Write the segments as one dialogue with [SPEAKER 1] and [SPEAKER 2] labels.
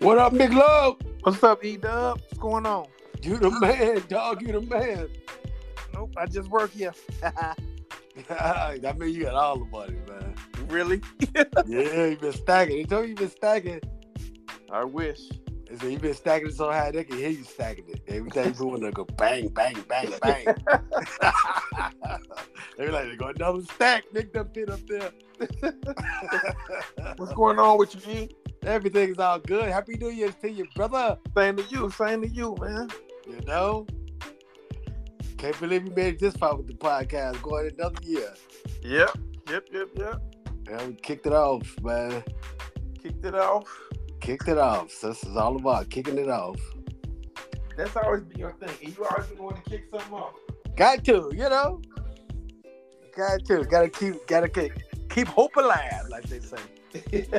[SPEAKER 1] What up, Big Love?
[SPEAKER 2] What's up, E Dub? What's going on?
[SPEAKER 1] You the man, dog. You the man.
[SPEAKER 2] Nope, I just work here.
[SPEAKER 1] that means you got all the money, man.
[SPEAKER 2] really?
[SPEAKER 1] Yeah, you been stacking. They told you you been stacking.
[SPEAKER 2] I wish.
[SPEAKER 1] They said you been stacking it so high they can hear you stacking it. Every time you go in there, go bang, bang, bang, bang. they be like, they got another stack. Nick that pin up there.
[SPEAKER 2] What's going on with you, E?
[SPEAKER 1] Everything's all good. Happy New Year to you, brother.
[SPEAKER 2] Same to you, same to you, man.
[SPEAKER 1] You know? Can't believe you made it this far with the podcast. Going another year.
[SPEAKER 2] Yep, yep, yep, yep.
[SPEAKER 1] Yeah, we kicked it off, man.
[SPEAKER 2] Kicked it off.
[SPEAKER 1] Kicked it off. So this is all about kicking it off.
[SPEAKER 2] That's always been your thing. E. You always been wanting to kick something off.
[SPEAKER 1] Got to, you know. Got to. Gotta keep gotta keep keep hope alive, like they say.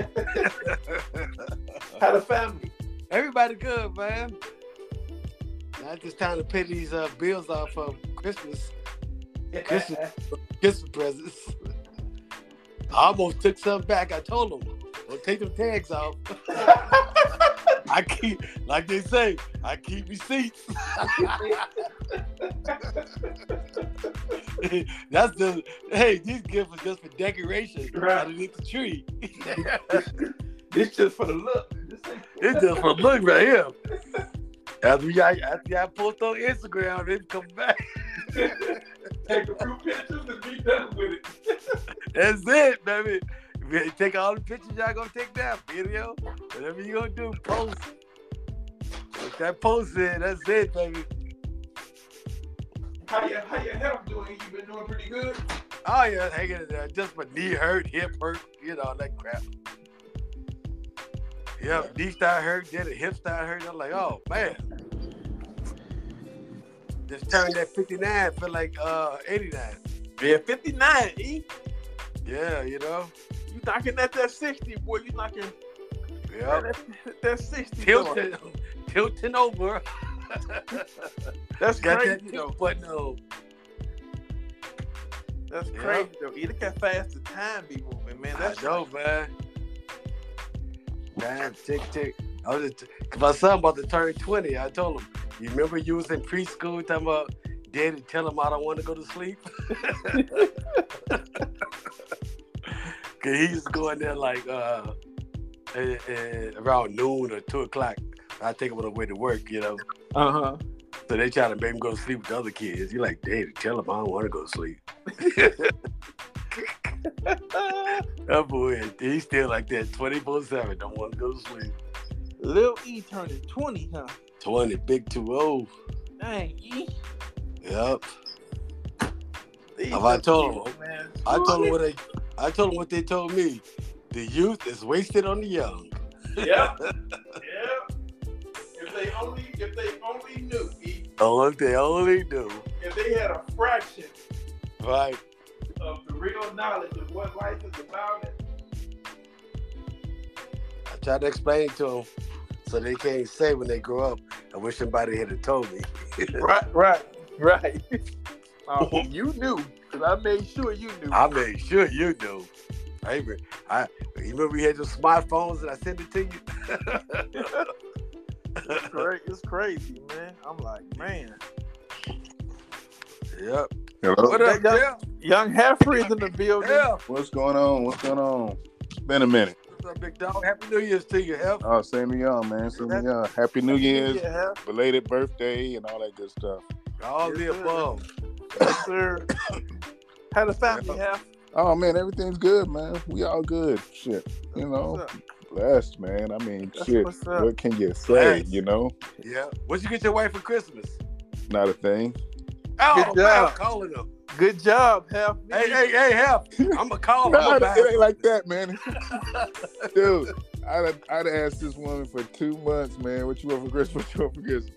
[SPEAKER 2] How the family?
[SPEAKER 1] Everybody good, man. Now it's just time to pay these uh, bills off of Christmas Christmas Christmas presents. I almost took some back. I told them, don't take them tags off. I keep, like they say, I keep receipts. That's the hey, these gifts are just for decoration
[SPEAKER 2] Right.
[SPEAKER 1] underneath the tree.
[SPEAKER 2] This just for the look. This ain't-
[SPEAKER 1] It's just for look right here. After y'all, after y'all post on Instagram, it come back.
[SPEAKER 2] Take a few pictures and be done with it.
[SPEAKER 1] That's it, baby. We Take all the pictures y'all gonna take down, video, whatever you gonna do, post. Put that post in, that's it, baby.
[SPEAKER 2] How your how your health doing? You been doing pretty good.
[SPEAKER 1] Oh yeah, hanging in there. Just my knee hurt, hip hurt, you know, that crap. Yeah, knee started hurt, then the hip started hurt. I'm like, oh man. Just turned that 59 for like uh 89.
[SPEAKER 2] Yeah, fifty nine. E,
[SPEAKER 1] Yeah, you know?
[SPEAKER 2] you knocking at that sixty, boy. You knocking
[SPEAKER 1] Yeah.
[SPEAKER 2] that, that sixty. door.
[SPEAKER 1] Tilting tilting over.
[SPEAKER 2] That's
[SPEAKER 1] Got
[SPEAKER 2] crazy
[SPEAKER 1] that
[SPEAKER 2] though.
[SPEAKER 1] tilt button on.
[SPEAKER 2] That's
[SPEAKER 1] Yeah.
[SPEAKER 2] crazy though. E, look how fast the time be moving, man.
[SPEAKER 1] I
[SPEAKER 2] That's
[SPEAKER 1] know, man. Man, tick tick. I was just, cause my son about to turn twenty. I told him, you remember you was in preschool talking about daddy tell him I don't want to go to sleep. Cause he used to go in there like uh, eh, eh, around noon or two o'clock. I take him on the way to work, you know.
[SPEAKER 2] uh huh.
[SPEAKER 1] So they try to make him go to sleep with the other kids. You're like, daddy, tell him I don't want to go to sleep. That boy, he's still like that 24 7. Don't want to go to sleep.
[SPEAKER 2] Lil E turning twenty, huh?
[SPEAKER 1] 20, big 2 0.
[SPEAKER 2] Dang, E.
[SPEAKER 1] Yep.
[SPEAKER 2] These
[SPEAKER 1] Have I
[SPEAKER 2] little
[SPEAKER 1] told
[SPEAKER 2] kids, E man.
[SPEAKER 1] I told him what they, I told him what they told me. The youth is wasted on the young.
[SPEAKER 2] Yeah, yeah. If they only, if they only knew, E,
[SPEAKER 1] Oh, if they only do.
[SPEAKER 2] if they had a fraction
[SPEAKER 1] Right.
[SPEAKER 2] of the real knowledge of what life is about, and
[SPEAKER 1] I tried to explain to them so they can't say when they grow up, I wish somebody had told me.
[SPEAKER 2] Right, right, right. Um, you knew, because I made sure you knew.
[SPEAKER 1] I made sure you knew. I even, I, you remember we had those smartphones and I sent it to you?
[SPEAKER 2] it's, crazy, it's crazy, man. I'm like, man.
[SPEAKER 1] yep.
[SPEAKER 3] Hello.
[SPEAKER 1] What up,
[SPEAKER 2] That-
[SPEAKER 1] yeah?
[SPEAKER 2] Young Heffrey's in the building.
[SPEAKER 1] Yeah.
[SPEAKER 3] What's going on? What's going on? It's been a minute.
[SPEAKER 1] What's up, big dog? Happy New Year's to you, Hef.
[SPEAKER 3] Oh, same to y'all, man. Same to y'all. Happy New Year's,
[SPEAKER 2] Yeah,
[SPEAKER 3] belated birthday, and all that good stuff.
[SPEAKER 1] All
[SPEAKER 2] Yes,
[SPEAKER 1] the
[SPEAKER 2] sir.
[SPEAKER 1] above.
[SPEAKER 2] yes, sir. How the family, Heff?
[SPEAKER 3] Oh man, everything's good, man. We all good. Shit, you know,
[SPEAKER 2] What's up?
[SPEAKER 3] blessed, man. I mean,
[SPEAKER 2] That's
[SPEAKER 3] shit.
[SPEAKER 2] what's up.
[SPEAKER 3] What can you say?
[SPEAKER 1] Blessed.
[SPEAKER 3] You know,
[SPEAKER 1] Yeah. What'd you get your wife for Christmas?
[SPEAKER 3] not a thing.
[SPEAKER 1] Oh,
[SPEAKER 2] Good
[SPEAKER 1] man, I'm
[SPEAKER 2] job.
[SPEAKER 1] calling her.
[SPEAKER 2] Good job, Heff.
[SPEAKER 1] Hey, hey, hey, Hef. I'm going to
[SPEAKER 2] Oh,
[SPEAKER 1] call her.
[SPEAKER 3] No,
[SPEAKER 1] I'm
[SPEAKER 3] it
[SPEAKER 1] gonna
[SPEAKER 3] ain't like that, man. Dude, I'd have, I'd have asked this woman for two months, man. What you want for Christmas? What you want for Christmas?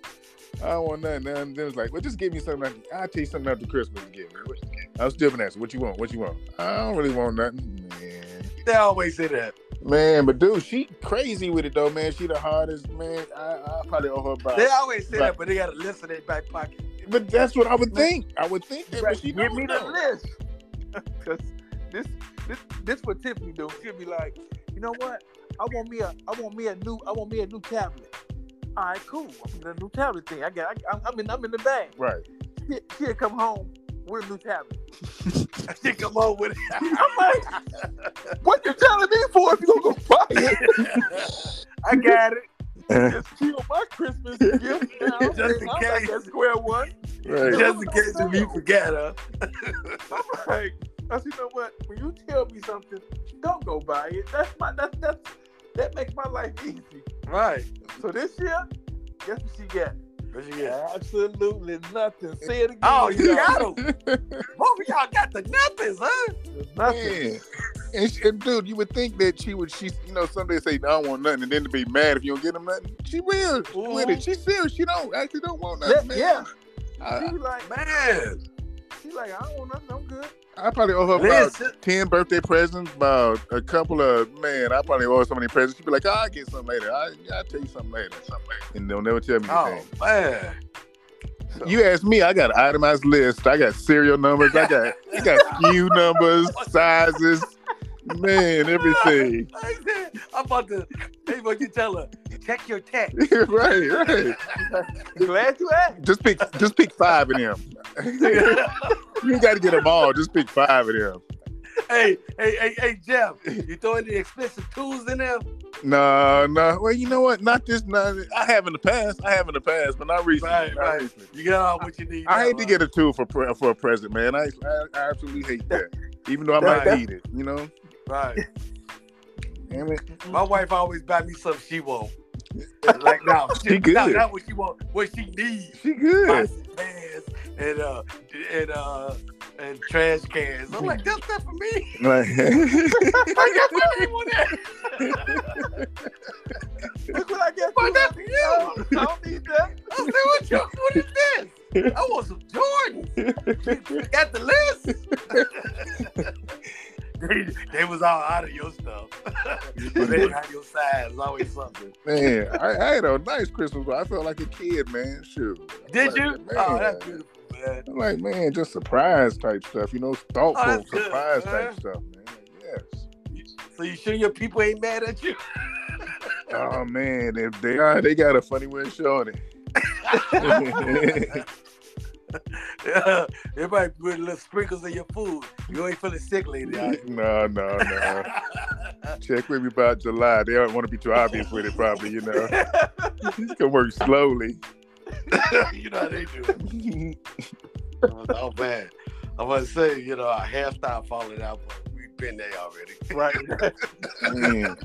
[SPEAKER 3] I don't want nothing. And then it's like, well, just give me something. After, I'll tell you something after Christmas to give me. What- I was still been asking, what you want? What you want? I don't really want nothing, man.
[SPEAKER 1] They always say that.
[SPEAKER 3] Man, but dude, she crazy with it though, man. She the hardest, man. I, I probably owe her about.
[SPEAKER 1] They always say that,
[SPEAKER 3] Right.
[SPEAKER 1] but they got to listen in their back pocket.
[SPEAKER 3] But that's what I would think. I would think that, but she
[SPEAKER 2] Give me the
[SPEAKER 3] don't know.
[SPEAKER 2] list. Cause this this this what Tiffany do. She'll be like, you know what? I want me a, I want me a new, I want me a new tablet. All right, cool. I'm getting a new tablet thing. I got, I, I'm in, I'm in the bag.
[SPEAKER 3] Right.
[SPEAKER 2] She, she'll come home with a new tablet.
[SPEAKER 1] She come on with it.
[SPEAKER 2] I'm like, what you telling me for if you gonna go buy it? I got it. Just kill my Christmas gift now.
[SPEAKER 1] Just in
[SPEAKER 2] I'm like
[SPEAKER 1] case.
[SPEAKER 2] at square one.
[SPEAKER 3] Right.
[SPEAKER 1] Just in case if you forget her.
[SPEAKER 2] I'm like, I said, you know what? When you tell me something, don't go buy it. That's my that's that's that makes my life easy.
[SPEAKER 1] Right.
[SPEAKER 2] So this year, guess what she got?
[SPEAKER 1] What you get?
[SPEAKER 2] Absolutely nothing. Say it again.
[SPEAKER 1] Oh, you
[SPEAKER 2] y'all.
[SPEAKER 1] got him. Both of y'all got the nothings, huh?
[SPEAKER 2] nothing.
[SPEAKER 3] Man. And, she, and dude, you would think that she would, she, you know, someday say, "No, I don't want nothing, and then to be mad if you don't get them nothing. She will. She with it. She's serious. She don't actually don't want nothing.
[SPEAKER 2] Yeah,
[SPEAKER 3] man.
[SPEAKER 2] yeah.
[SPEAKER 3] I,
[SPEAKER 2] She was like,
[SPEAKER 1] Man.
[SPEAKER 2] she like, I don't want nothing. I'm good.
[SPEAKER 3] I probably owe her about
[SPEAKER 1] Listen.
[SPEAKER 3] ten birthday presents, about a couple of man. I probably owe her so many presents. She'd be like, "I'll get something later. I, I'll tell you something later. Something later." And they'll never tell me
[SPEAKER 1] Oh,
[SPEAKER 3] anything.
[SPEAKER 1] man.
[SPEAKER 3] You ask me, I got an itemized list. I got serial numbers. I got I got SKU numbers, sizes, man, everything.
[SPEAKER 1] I said, I'm about to, hey, but you tell her, check your text.
[SPEAKER 3] right, right.
[SPEAKER 2] Glad you asked.
[SPEAKER 3] Just pick, just pick five of them. you got to get them all. Just pick five of them.
[SPEAKER 1] hey, hey, hey, hey, Jeff, you throwing the expensive tools in there?
[SPEAKER 3] No, no. Well, you know what? Not this. Not I have in the past. I have in the past, but not recently.
[SPEAKER 1] Right,
[SPEAKER 3] Not
[SPEAKER 1] right.
[SPEAKER 3] recently.
[SPEAKER 1] You got all what you need.
[SPEAKER 3] I
[SPEAKER 1] now,
[SPEAKER 3] hate to
[SPEAKER 1] huh?
[SPEAKER 3] get a tool for pre- for a present, man. I, I, I absolutely hate that. Even though I
[SPEAKER 1] That-
[SPEAKER 3] might
[SPEAKER 1] that-
[SPEAKER 3] need it, you know.
[SPEAKER 1] Right.
[SPEAKER 3] Damn it.
[SPEAKER 1] My wife always buy me something she want. like now,
[SPEAKER 3] She good.
[SPEAKER 1] Now, not what she want, what she needs.
[SPEAKER 3] She good.
[SPEAKER 1] Pots and pans and uh and uh and trash cans. I'm like, that's not for me.
[SPEAKER 3] Like,
[SPEAKER 1] I got for everyone there.
[SPEAKER 2] Look what I get.
[SPEAKER 1] Why
[SPEAKER 2] I
[SPEAKER 1] not for you?
[SPEAKER 2] don't- I don't need that.
[SPEAKER 1] I said, what, you, what is this? I want some Jordans. You got the list. they, they was all out of your stuff. but they had your size. It's always something.
[SPEAKER 3] man, I, I had a nice Christmas, but I felt like a kid, man. Shoot.
[SPEAKER 1] Did
[SPEAKER 3] Like,
[SPEAKER 1] you?
[SPEAKER 3] man.
[SPEAKER 1] Oh, that's beautiful, man.
[SPEAKER 3] I'm like, man, just surprise type stuff, you know,
[SPEAKER 1] Oh,
[SPEAKER 3] thoughtful
[SPEAKER 1] that's good,
[SPEAKER 3] surprise
[SPEAKER 1] man.
[SPEAKER 3] type stuff, man. Yes.
[SPEAKER 1] So you sure your people ain't mad at you?
[SPEAKER 3] Oh man, if they are, they got a funny way of showing it.
[SPEAKER 1] yeah, everybody put little sprinkles in your food. You ain't feeling sick lately. all right?
[SPEAKER 3] no, no, no. Check with me about July. They don't want to be too obvious with it, probably. You know, you can work slowly.
[SPEAKER 1] you know how they do. it.
[SPEAKER 2] Mm.
[SPEAKER 1] Oh man, I was say you know our hairstyle falling out, but we've been there already.
[SPEAKER 2] Right.
[SPEAKER 3] Man.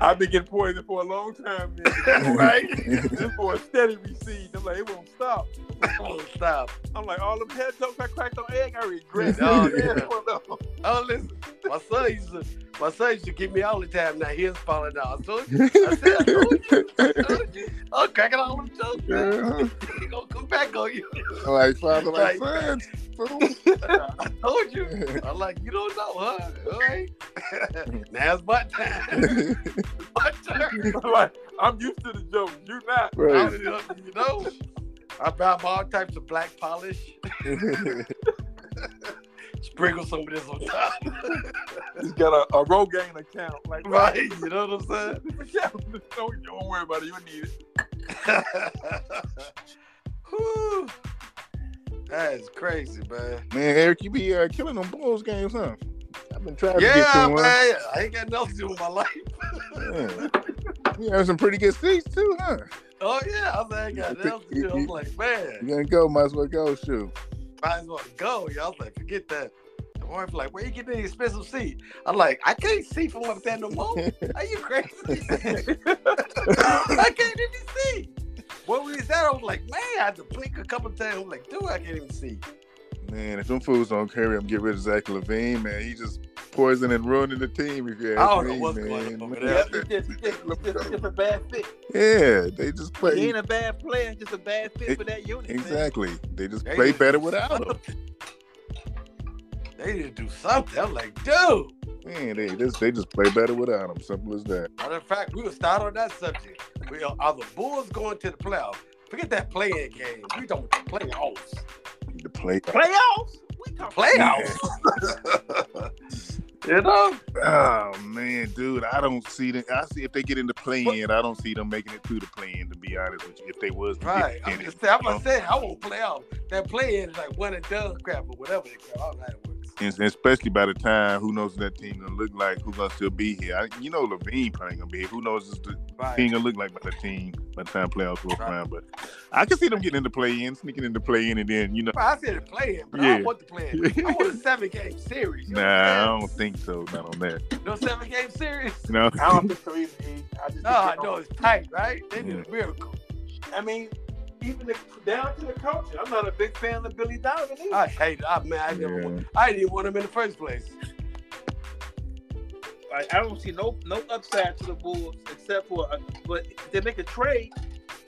[SPEAKER 2] I've been getting poisoned for a long time. Man.
[SPEAKER 1] right?
[SPEAKER 2] this boy steady received. I'm like, it won't stop.
[SPEAKER 1] Oh, stop.
[SPEAKER 2] I'm like, all them head jokes I cracked on egg, I regret.
[SPEAKER 1] No,
[SPEAKER 2] it.
[SPEAKER 1] yeah.
[SPEAKER 2] Well, no.
[SPEAKER 1] Oh listen, my son used to, my son used to get me all the time. Now he's falling out. So I said, I told you, I told you. I'm cracking all them jokes. man.
[SPEAKER 3] Yeah.
[SPEAKER 1] He gonna come back on you.
[SPEAKER 3] Like father, like
[SPEAKER 1] Like-
[SPEAKER 3] son. fool.
[SPEAKER 1] I told you. I'm like, you don't know, huh? All right. now it's my time. my turn.
[SPEAKER 2] I'm like, I'm used to the joke. You not.
[SPEAKER 1] I,
[SPEAKER 3] Right.
[SPEAKER 1] you know, I buy all types of black polish. Sprinkle some of this on top.
[SPEAKER 2] He's got a, a Rogaine account. Like,
[SPEAKER 1] right? You know what I'm saying?
[SPEAKER 2] don't, don't worry about it. You need it.
[SPEAKER 1] Whew. That is crazy, man.
[SPEAKER 3] Man, Eric, you be uh, killing them Bulls games, huh? I've been trying to get
[SPEAKER 1] Yeah,
[SPEAKER 3] to
[SPEAKER 1] man.
[SPEAKER 3] one.
[SPEAKER 1] I ain't got nothing to do with my life.
[SPEAKER 3] Man. You have some pretty good seats too, huh?
[SPEAKER 1] Oh yeah, I was like, I ain't got nothing to do. I'm like,
[SPEAKER 3] You
[SPEAKER 1] man,
[SPEAKER 3] gonna go? Might as well go. Shoot.
[SPEAKER 1] might as well go. Y'all I was like, forget that. The wife like, where you getting the expensive seat? I'm like, I can't see from up there no more. Are you crazy? I can't even see. When we was there, I was like, man, I had to blink a couple times. I'm like, dude, I can't even see.
[SPEAKER 3] Man, if them fools don't carry him, get rid of Zach Levine, man. He just poisoning and ruining the team. If you ask
[SPEAKER 1] I don't know
[SPEAKER 3] me,
[SPEAKER 1] what's
[SPEAKER 3] man.
[SPEAKER 1] going on over
[SPEAKER 2] Yeah,
[SPEAKER 1] there.
[SPEAKER 2] it's just, it's just, it's just, it's just a bad fit.
[SPEAKER 3] Yeah, they just play.
[SPEAKER 2] He ain't a bad player, just a bad fit for that unit. man.
[SPEAKER 3] Exactly. They just
[SPEAKER 1] They
[SPEAKER 3] play
[SPEAKER 1] just-
[SPEAKER 3] better without him.
[SPEAKER 1] They need to do something. I'm like, dude.
[SPEAKER 3] Man, they just they just play better without him. Simple as that.
[SPEAKER 1] Matter of fact, we will start on that subject. We are, are the Bulls going to the playoffs? Forget that playing game. We talking about the playoffs.
[SPEAKER 3] The play.
[SPEAKER 2] Playoffs? We talking
[SPEAKER 1] Playoffs.
[SPEAKER 2] You know?
[SPEAKER 3] Oh man, dude, I don't see them. I see if they get in the play-in, I don't see them making it through the play-in. To be honest with you, if they was to get
[SPEAKER 1] Right. I'm
[SPEAKER 3] in it,
[SPEAKER 1] just saying, I'm
[SPEAKER 3] you know?
[SPEAKER 1] gonna say I won't play off. That play in is like one and done crap or whatever they call. I don't know how it works.
[SPEAKER 3] And- and especially by the time who knows what that team gonna look like, who gonna still be here. I, you know, Levine probably gonna be here. Who knows what the team
[SPEAKER 1] Right.
[SPEAKER 3] gonna look like by the team by the time playoffs roll
[SPEAKER 1] Right.
[SPEAKER 3] around. But I can see them getting in the play-in, sneaking in the play-in, and then you know,
[SPEAKER 1] Bro, I said the play in, but I
[SPEAKER 3] Yeah.
[SPEAKER 1] don't want the play in. I want a seven game series. You know what
[SPEAKER 3] nah, I
[SPEAKER 1] I'm
[SPEAKER 3] don't think so. Not on that.
[SPEAKER 1] saying? No seven game series.
[SPEAKER 3] No.
[SPEAKER 2] I don't think so either. E. I just
[SPEAKER 1] No, I know it's tight, right? They did a miracle.
[SPEAKER 2] I mean, even the, down to the coaching. I'm not a big fan of Billy Donovan either.
[SPEAKER 1] I hate. I man, I never. Want, I didn't even want him in the first place.
[SPEAKER 2] Like, I don't see no no upside to the Bulls except for, uh, but if they make a trade,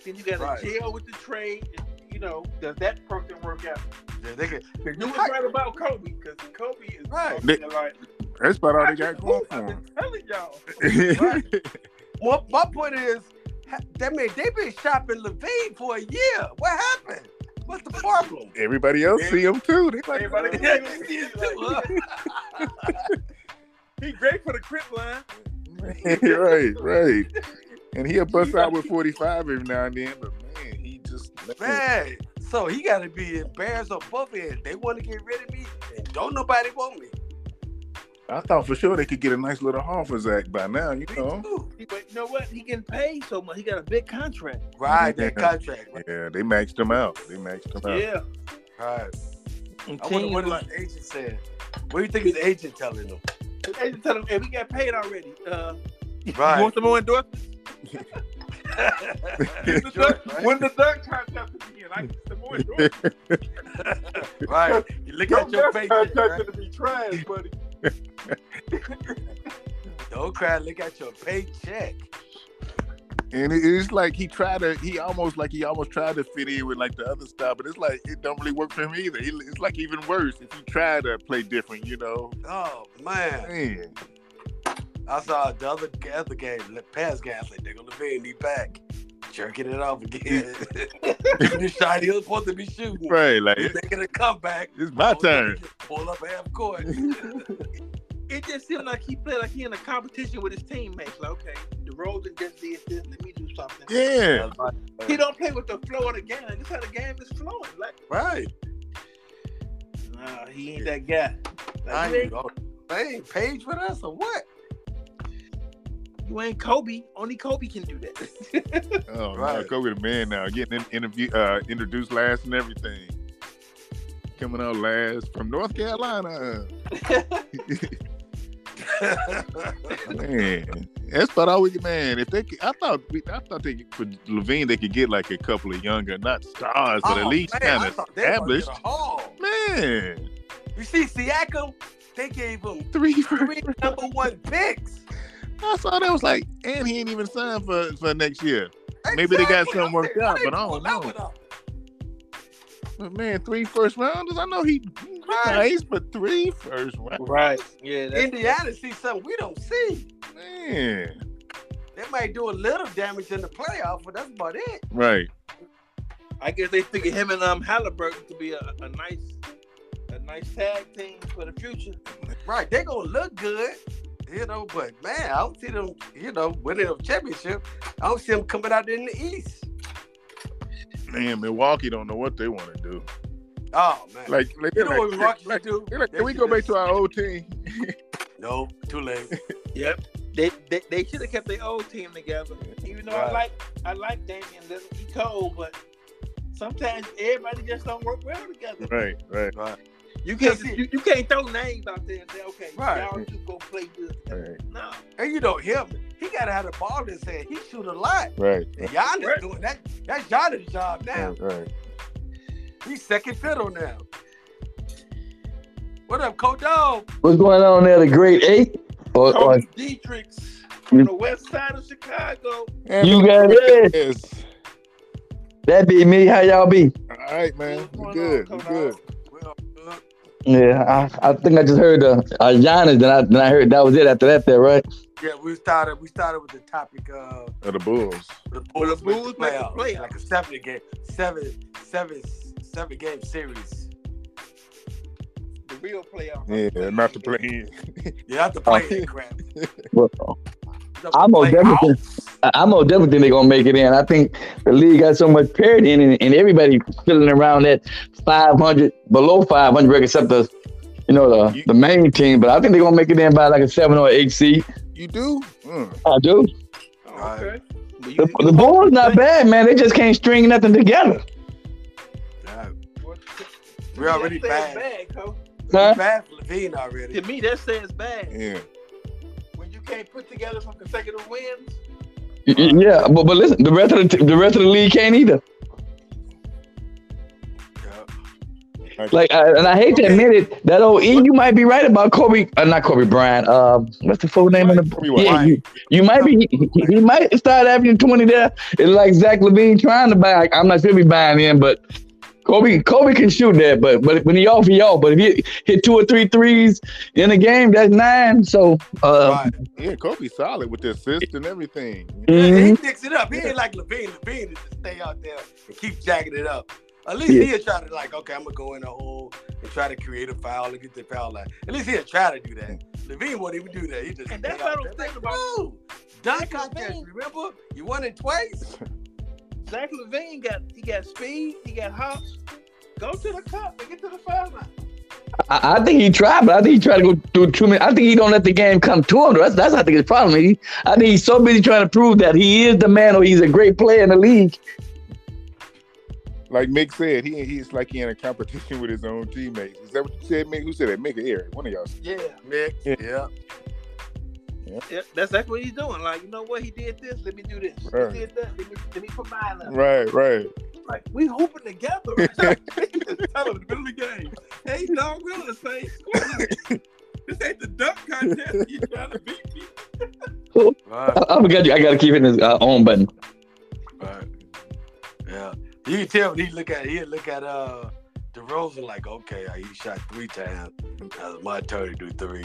[SPEAKER 2] then you got to
[SPEAKER 1] Right.
[SPEAKER 2] deal with the trade. And, you know, does that person work out?
[SPEAKER 1] Yeah, they could,
[SPEAKER 2] Because you was right about Kobe, because Kobe is
[SPEAKER 1] Right.
[SPEAKER 2] something like,
[SPEAKER 3] That's about all they
[SPEAKER 2] I
[SPEAKER 3] got
[SPEAKER 2] just-
[SPEAKER 3] going
[SPEAKER 2] I've
[SPEAKER 3] for
[SPEAKER 2] been telling y'all.
[SPEAKER 3] them.
[SPEAKER 1] well, my point is, ha- that man, they been shopping Levine for a year. What happened? What's the problem?
[SPEAKER 3] Everybody else see them too. They like, "Oh,
[SPEAKER 2] Everybody-
[SPEAKER 1] Yeah, you see it too, huh?
[SPEAKER 2] He great for the crit line.
[SPEAKER 3] right, right. And he'll bust out with 45 every now and then, but man, he just
[SPEAKER 1] Man, so he got to be embarrassed on both ends. They want to get rid of me, and don't nobody want me.
[SPEAKER 3] I thought for sure they could get a nice little offer Zach by now, you
[SPEAKER 1] Me
[SPEAKER 3] know.
[SPEAKER 1] too.
[SPEAKER 2] He- But you know what? He getting paid so much. He got a big contract.
[SPEAKER 1] Right, that
[SPEAKER 3] Yeah.
[SPEAKER 1] contract. Right.
[SPEAKER 3] Yeah, they maxed him out. They maxed him out.
[SPEAKER 2] Yeah.
[SPEAKER 1] right. I wonder
[SPEAKER 2] Teams
[SPEAKER 1] what
[SPEAKER 2] like-
[SPEAKER 1] his agent said. What do you think his agent telling him?
[SPEAKER 2] They just tell him, hey, we got paid already. Uh,
[SPEAKER 1] Right.
[SPEAKER 2] You want some more endorsements? When the
[SPEAKER 1] Sure,
[SPEAKER 2] Duck- When the Duck contract is in, I get some more endorsements.
[SPEAKER 1] right. You look at your
[SPEAKER 2] Duck
[SPEAKER 1] paycheck.
[SPEAKER 2] contract
[SPEAKER 1] Right?
[SPEAKER 2] gonna be trash, buddy.
[SPEAKER 1] Don't cry. Look at your paycheck.
[SPEAKER 3] And it- it's like he tried to, he almost like he almost tried to fit in with like the other stuff, but it's like it don't really work for him either. He- It's like even worse if you try to play different, you know.
[SPEAKER 1] Oh man.
[SPEAKER 3] Man,
[SPEAKER 1] I saw the other the other game, the past game. I said, "Nigga Levine, he back, jerking it off again." you shot. He was supposed to be shooting.
[SPEAKER 3] right? Like
[SPEAKER 1] He's
[SPEAKER 3] it's,
[SPEAKER 1] making a comeback.
[SPEAKER 3] it's my turn.
[SPEAKER 1] Pull up half court.
[SPEAKER 2] It just seemed like he played like he in a competition with his teammates. Like, okay, DeRozan just did this. Let me do something.
[SPEAKER 3] Yeah,
[SPEAKER 2] He don't play with the flow of the game. That's how the game is flowing. Like,
[SPEAKER 1] Right.
[SPEAKER 2] nah, he ain't that guy.
[SPEAKER 1] I
[SPEAKER 2] Like, you,
[SPEAKER 1] ain't
[SPEAKER 2] ain't,
[SPEAKER 1] go- they ain't page with us or what?
[SPEAKER 2] you ain't Kobe. Only Kobe can do that.
[SPEAKER 3] oh,
[SPEAKER 1] Right.
[SPEAKER 3] right. Go with a man now. Getting in, interview, uh, introduced last and everything. Coming out last from North Carolina. Man, that's about all we can. Man, if they, could, I thought, we, I thought they could- for Levine they could get like a couple of younger, not stars, but at
[SPEAKER 1] Oh,
[SPEAKER 3] least
[SPEAKER 1] man,
[SPEAKER 3] kind
[SPEAKER 1] I
[SPEAKER 3] of
[SPEAKER 1] thought they was gonna
[SPEAKER 3] established.
[SPEAKER 1] get a haul.
[SPEAKER 3] Man,
[SPEAKER 1] You see, Siakam, they gave him
[SPEAKER 3] three.
[SPEAKER 1] three number one picks.
[SPEAKER 3] I saw that was like, and he ain't even signed for for next year. Maybe they got something worked out, but I don't know. But man, three first rounders. I know he nice, but three first round.
[SPEAKER 2] right. Yeah.
[SPEAKER 1] Indiana see something we don't see.
[SPEAKER 3] Man,
[SPEAKER 1] They might do a little damage in the playoff, but that's about it.
[SPEAKER 3] right.
[SPEAKER 2] I guess they figured him and um Halliburton to be a, a nice a nice tag team for the future.
[SPEAKER 1] Right, they gonna look good, you know. But man, I don't see them, you know, winning a championship. I don't see them coming out in the East.
[SPEAKER 3] Man, Milwaukee don't know what they want to do.
[SPEAKER 1] Oh man,
[SPEAKER 3] Like,
[SPEAKER 1] you
[SPEAKER 3] like, they're
[SPEAKER 1] know
[SPEAKER 3] like,
[SPEAKER 1] what Milwaukee
[SPEAKER 3] like-
[SPEAKER 1] do?
[SPEAKER 3] they're like,
[SPEAKER 1] They
[SPEAKER 3] can we
[SPEAKER 1] should
[SPEAKER 3] go back
[SPEAKER 1] just-
[SPEAKER 3] to our old team?
[SPEAKER 1] No, too late.
[SPEAKER 2] Yep. They they, they should have kept their old team together. Even though I
[SPEAKER 1] Right.
[SPEAKER 2] like I like Damian Lillard, he cold, but sometimes everybody just don't work well together.
[SPEAKER 3] Right, right,
[SPEAKER 2] You can't
[SPEAKER 1] That's it.
[SPEAKER 2] you, you can't throw names out there and say, okay,
[SPEAKER 1] Right.
[SPEAKER 2] y'all just go play good.
[SPEAKER 3] right,
[SPEAKER 2] No.
[SPEAKER 1] And you know him, he gotta have the ball in his hand. He shoot a lot.
[SPEAKER 3] right,
[SPEAKER 1] And Giannis
[SPEAKER 2] Right.
[SPEAKER 1] doing that. That's Giannis' job now. He's second fiddle now. What up, Coach Dog?
[SPEAKER 4] What's going on there, the Great Eight? Or, or-
[SPEAKER 2] Kobe Dietrichs from the west side of Chicago.
[SPEAKER 4] you got it.
[SPEAKER 3] Yes.
[SPEAKER 4] That be me. How y'all be?
[SPEAKER 3] All right, man.
[SPEAKER 2] What's
[SPEAKER 3] We
[SPEAKER 2] going
[SPEAKER 3] good.
[SPEAKER 2] on,
[SPEAKER 3] We
[SPEAKER 2] Colo?
[SPEAKER 3] good.
[SPEAKER 1] Well, uh,
[SPEAKER 4] Yeah, I, I think I just heard uh, uh Giannis, then I then I heard that was it. After that, there, right?
[SPEAKER 1] yeah, we started. We started with the topic of
[SPEAKER 3] Of the Bulls.
[SPEAKER 1] the Bulls, Bulls
[SPEAKER 2] the Bulls make the
[SPEAKER 1] playoffs,
[SPEAKER 2] playoffs.
[SPEAKER 1] like a seven game, seven, seven, seven game series.
[SPEAKER 2] The real playoff.
[SPEAKER 3] Yeah, not to play in.
[SPEAKER 1] You have to
[SPEAKER 3] Oh.
[SPEAKER 1] play that crap.
[SPEAKER 4] Well,
[SPEAKER 1] You have to
[SPEAKER 4] I
[SPEAKER 1] play
[SPEAKER 4] most definitely-
[SPEAKER 1] out.
[SPEAKER 4] I I most definitely think they're gonna make it in. I think the league got so much parity in it, and everybody filling around that 500 below 500 record, except the you know the, the main team. But I think they're gonna make it in by like a seven or eight seed.
[SPEAKER 3] You do? Mm.
[SPEAKER 4] I do.
[SPEAKER 1] Oh, okay.
[SPEAKER 2] But you,
[SPEAKER 4] The, the ball's not bad, man. They just can't string nothing together.
[SPEAKER 1] Nah,
[SPEAKER 2] what-
[SPEAKER 1] We're already
[SPEAKER 2] that says
[SPEAKER 1] bad.
[SPEAKER 2] Cole.
[SPEAKER 4] Huh?
[SPEAKER 1] Bad for Levine already.
[SPEAKER 2] To me, that says bad.
[SPEAKER 3] Yeah.
[SPEAKER 2] When you can't put together some consecutive wins,
[SPEAKER 4] Y- y- Yeah, but but listen, the rest of the t- the rest of the league can't either.
[SPEAKER 1] Yeah.
[SPEAKER 4] Like, I, and I hate to admit it, that old E, you might be right about Kobe, uh, not Kobe Bryant. Uh, what's the full name of the?
[SPEAKER 3] Kobe White.
[SPEAKER 4] Yeah, you, you might be. He, he- he might start having twenty there. It's like Zach Levine trying to buy. I'm not sure if he's buying in, but Kobe, Kobe can shoot that. But but when he off, he off. But if he hit two or three threes in a game, that's nine. So uh,
[SPEAKER 1] Right.
[SPEAKER 3] Yeah, Kobe's solid with the assist and everything.
[SPEAKER 1] Yeah, he
[SPEAKER 4] mhm.
[SPEAKER 1] picks it up. He ain't like Levine. Levine is to stay out there and keep jacking it up. At least
[SPEAKER 4] Yeah.
[SPEAKER 1] he'll try to like, okay, I'm gonna go in the hole and try to create a foul and get the foul line. At least he'll try to do that. Levine won't even do that. He just
[SPEAKER 2] And that's
[SPEAKER 1] stay out
[SPEAKER 2] what I'm
[SPEAKER 1] there.
[SPEAKER 2] thinking about.
[SPEAKER 1] No, dunk contest. Remember, you won it twice.
[SPEAKER 2] Zach Levine got he got speed, he got hops. Go to the cup and get to the foul line.
[SPEAKER 4] I, I think he tried, but I think he tried to go through too many. I think he don't let the game come to him. That's that's I think his problem. He, I think he's so busy trying to prove that he is the man or he's a great player in the league.
[SPEAKER 3] Like Mick said, he he's like he in a competition with his own teammates. Is that what you said, Mick? Who said that? Mick or Eric? One of y'all.
[SPEAKER 1] Yeah, Mick.
[SPEAKER 3] Yeah.
[SPEAKER 1] Yeah.
[SPEAKER 2] Yeah, that's that's what he's doing. Like, you know what? He did this, let me do this.
[SPEAKER 3] Right.
[SPEAKER 2] He did that, let me, let me put mine up.
[SPEAKER 3] Right, right.
[SPEAKER 2] Like, we hooping together. Right now. Just tell him in the middle of the game. Hey, dog, we on the same squad. This ain't the dunk contest. You trying to beat me?
[SPEAKER 1] Right.
[SPEAKER 4] I, I forgot you. I gotta keep it in his uh, own button.
[SPEAKER 1] Right. Yeah. You can tell when he look at he look at uh DeRozan like, okay, he shot three times. Now it's my turn to do three.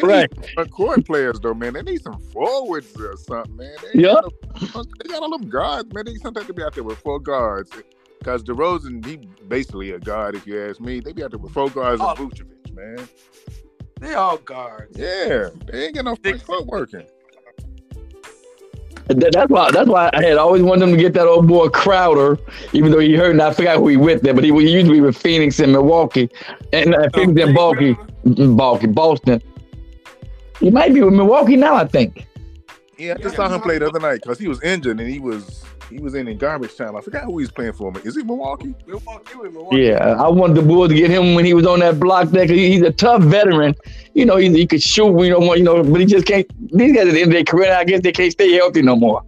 [SPEAKER 4] Right.
[SPEAKER 3] But court players though, man, they need some forwards or something, man. They ain't
[SPEAKER 4] Yeah.
[SPEAKER 3] got no- they got all them guards, man. They sometimes they be out there with four guards. Cause DeRozan, he basically a guard, if you ask me. They be out there with four guards
[SPEAKER 1] Oh.
[SPEAKER 3] and Vucevic, man.
[SPEAKER 1] They all guards.
[SPEAKER 3] Yeah, they ain't got no free
[SPEAKER 1] Six.
[SPEAKER 3] foot working.
[SPEAKER 4] That, that's why. That's why I had always wanted them to get that old boy Crowder, even though he hurt. And I forgot who he with there, but he, he used to be with Phoenix and Milwaukee, and uh, Phoenix and Balky, Balky, Boston. He might be with Milwaukee now. I think.
[SPEAKER 3] Yeah, I just saw him play the other night because he was injured and he was he was in the garbage time. I forgot who he was playing for. Man. Is he Milwaukee?
[SPEAKER 1] Milwaukee with Milwaukee.
[SPEAKER 4] Yeah, I wanted the Bulls to get him when he was on that block there. 'cause he, he's a tough veteran. You know, he, he could shoot. We don't want, you know, but he just can't. These guys at the end of their career, I guess they can't stay healthy no more.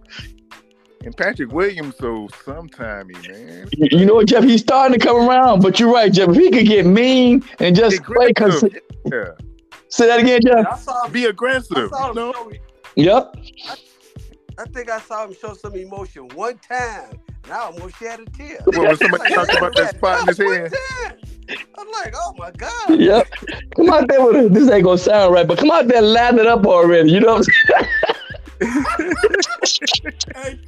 [SPEAKER 3] And Patrick Williams, so sometimey, man.
[SPEAKER 4] You, you know what, Jeff? He's starting to come around. But you're right, Jeff. If he could get mean and just play. Cons-
[SPEAKER 3] yeah.
[SPEAKER 4] say that again,
[SPEAKER 1] And
[SPEAKER 4] Jeff.
[SPEAKER 1] I saw him,
[SPEAKER 3] Be
[SPEAKER 1] I
[SPEAKER 3] aggressive.
[SPEAKER 1] saw him
[SPEAKER 3] No.
[SPEAKER 1] show,
[SPEAKER 4] Yep.
[SPEAKER 1] I think I saw him show some emotion one time and I almost shed a tear.
[SPEAKER 3] Well, when somebody talked about that spot in his
[SPEAKER 1] One
[SPEAKER 3] head.
[SPEAKER 1] time. I'm like, oh my God.
[SPEAKER 4] Yep. Come out there with it. This ain't gonna sound right, but come out there and line it up already. You know what
[SPEAKER 2] Hey,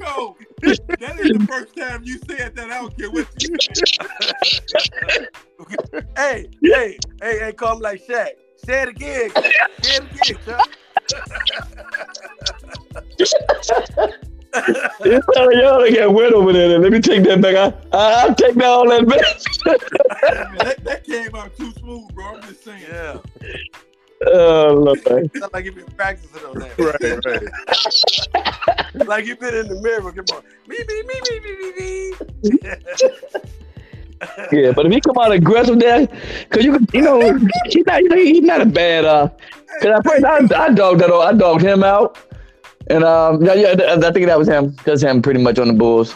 [SPEAKER 2] Cole, that is the first time you said that. I don't care what you
[SPEAKER 1] Hey, hey, hey, hey, come like Shaq. Say it again. Say it again, Chuck.
[SPEAKER 4] I'm saying? Sorry, Y'all done got wet over there. Let me take that back. I, I, I'll take that all that back.
[SPEAKER 2] that, that came out too smooth, bro. I'm just saying.
[SPEAKER 1] Yeah.
[SPEAKER 4] oh, Lord.
[SPEAKER 1] It's not like you've been practicing on that.
[SPEAKER 3] Right, right.
[SPEAKER 1] like you've been in the mirror. Come on, me, me, me, me, me, me, me.
[SPEAKER 4] Yeah, but if he come out aggressive there, cause you could, you know, he's not, you know, he's not a bad. Uh, cause I first I, I dogged that, old- I dogged him out, and um, yeah, yeah, I I think that was him. That's him, pretty much on the Bulls.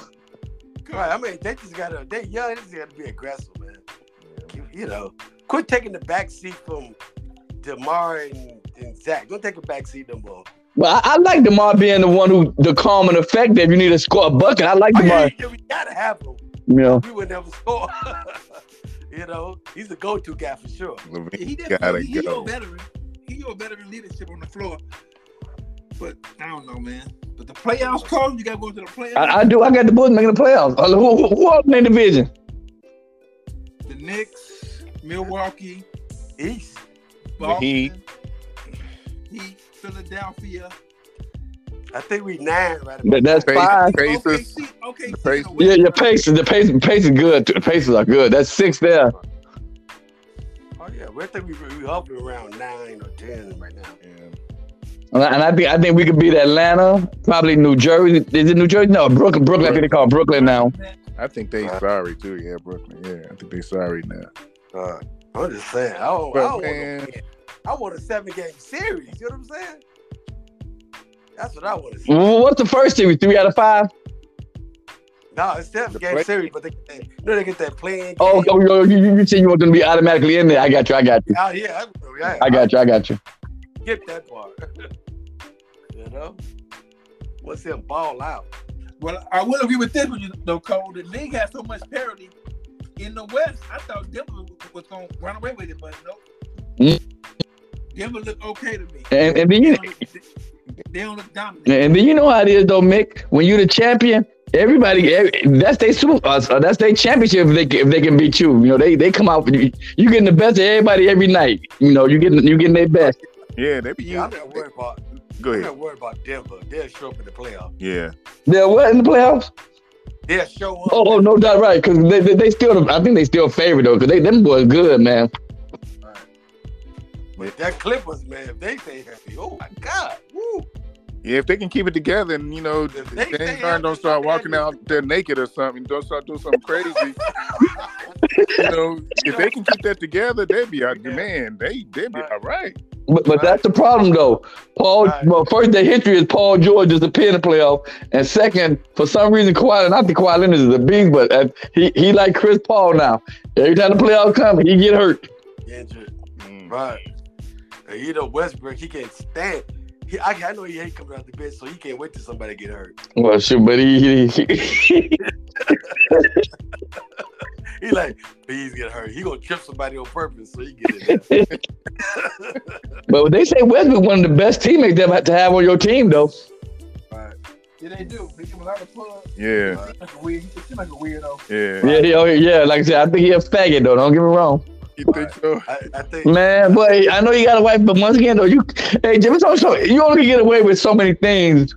[SPEAKER 1] Right, I mean, they just gotta, they young, they just gotta be aggressive, man. You, you know, quit taking the back seat from Demar and, and Zach. Don't take a back seat no more.
[SPEAKER 4] Well, I, I like Demar being the one who the calm and effective. You need to score a bucket. I like
[SPEAKER 1] Oh, yeah,
[SPEAKER 4] Demar.
[SPEAKER 1] yeah, we gotta have him.
[SPEAKER 4] You know.
[SPEAKER 1] We would never score. you know, he's a go-to guy for sure.
[SPEAKER 3] Levine
[SPEAKER 2] He
[SPEAKER 3] gotta
[SPEAKER 2] definitely he,
[SPEAKER 3] go.
[SPEAKER 2] your veteran. He your veteran leadership on the floor. But I don't know, man. But the playoffs come, you gotta go to the playoffs.
[SPEAKER 4] I, I do. I got the Bulls making the playoffs. Uh, who, who, who else in the division?
[SPEAKER 2] the Knicks, Milwaukee,
[SPEAKER 1] East.
[SPEAKER 2] Boston,
[SPEAKER 3] Heat.
[SPEAKER 2] Heat, Philadelphia.
[SPEAKER 1] I think we nine right about
[SPEAKER 4] That, that's five.
[SPEAKER 3] Pacers.
[SPEAKER 2] OKC, OKC,
[SPEAKER 3] Pacers.
[SPEAKER 2] the West.
[SPEAKER 4] Yeah, your paces, the paces, paces good. The paces are good. That's six there.
[SPEAKER 1] now. Oh yeah, we I think we we hopping around nine or ten right now.
[SPEAKER 3] Yeah.
[SPEAKER 4] And I, and I think I think we could beat Atlanta, probably New Jersey. Is it New Jersey? No, Brooklyn. Brooklyn. I think they call it Brooklyn now.
[SPEAKER 3] I think they sorry too. Yeah, Brooklyn. Yeah, I think they sorry now.
[SPEAKER 1] Uh, I'm just saying. I don't, I
[SPEAKER 3] But,
[SPEAKER 1] don't
[SPEAKER 3] man.
[SPEAKER 1] want to I want a seven game series. You know what I'm saying? That's what I want to see.
[SPEAKER 4] Well, What's the first series? Three out of five.
[SPEAKER 1] No, it's seven
[SPEAKER 3] The
[SPEAKER 1] game
[SPEAKER 3] play-
[SPEAKER 1] series, but they get that, no, they get that playing.
[SPEAKER 4] Oh,
[SPEAKER 1] game.
[SPEAKER 4] oh, oh, you, you you said you were going to be automatically in there. I got you. I got you.
[SPEAKER 1] Oh, yeah, I, yeah,
[SPEAKER 4] I got you. I got you.
[SPEAKER 1] skip that part. you know, what's it ball out?
[SPEAKER 2] Well, I will agree with this with you though, Cole. The league has so much parity in the West. I thought Denver was going to run away with it, but no. Denver looked okay to me.
[SPEAKER 4] And, and then
[SPEAKER 2] They
[SPEAKER 4] you,
[SPEAKER 2] don't look- they don't look dominant.
[SPEAKER 4] and then you know how it is though, Mick. When you're the champion, everybody every, that's they super. Uh, uh, that's their championship. If they can- if they can beat you, you know they they come out. You you getting the best of everybody every night. You know you getting you getting their best.
[SPEAKER 3] Yeah, they be
[SPEAKER 1] Yeah, I'm
[SPEAKER 3] using.
[SPEAKER 1] not worried about.
[SPEAKER 3] Go
[SPEAKER 1] I'm
[SPEAKER 3] ahead.
[SPEAKER 1] not worried about Denver. They'll show up in the playoff.
[SPEAKER 3] Yeah,
[SPEAKER 4] They're what in the playoffs?
[SPEAKER 1] They'll show up.
[SPEAKER 4] Oh, oh no doubt right because they, they, they still I think they still favored though because they them boys good man.
[SPEAKER 1] But that Clippers, man, if they stay healthy, oh my God, woo!
[SPEAKER 3] yeah. If they can keep it together, and you know,
[SPEAKER 1] If
[SPEAKER 3] if
[SPEAKER 1] they stay
[SPEAKER 3] James Harden don't
[SPEAKER 1] healthy,
[SPEAKER 3] start
[SPEAKER 1] they
[SPEAKER 3] walking
[SPEAKER 1] gotta
[SPEAKER 3] out there naked or something, don't start doing something crazy. you know, if they can keep that together, they'd be out.
[SPEAKER 1] Yeah.
[SPEAKER 3] Man, they they'd be
[SPEAKER 1] Right.
[SPEAKER 3] all right.
[SPEAKER 4] But, but that's the problem though. Paul
[SPEAKER 1] Right.
[SPEAKER 4] well first their history is Paul George disappeared in the playoff and second for some reason Kawhi and I think Kawhi Leonard is a beast but uh, he he like Chris Paul now. Every time the playoff come he get hurt.
[SPEAKER 1] Injured,
[SPEAKER 3] Mm.
[SPEAKER 1] right? And you know Westbrook, he can't stand. He, I, I know he ain't coming out the bench, so he can't wait till somebody get hurt.
[SPEAKER 4] Well shoot but he, he, he
[SPEAKER 1] He like, please get hurt. He gonna trip somebody on purpose so he get it.
[SPEAKER 4] but they say Westbrook one of the best teammates they have to have on your team though.
[SPEAKER 1] right.
[SPEAKER 2] Yeah, they do. They give him a lot of plug.
[SPEAKER 3] Yeah,
[SPEAKER 1] Right.
[SPEAKER 2] Like a weird, he seems like a weirdo.
[SPEAKER 3] yeah.
[SPEAKER 4] Yeah yeah yeah like I said I think he a faggot though don't get me wrong.
[SPEAKER 3] You think so?
[SPEAKER 1] I, I think
[SPEAKER 4] Man, but I know you got a wife, but once again, though, you hey Jim, it's also you only get away with so many things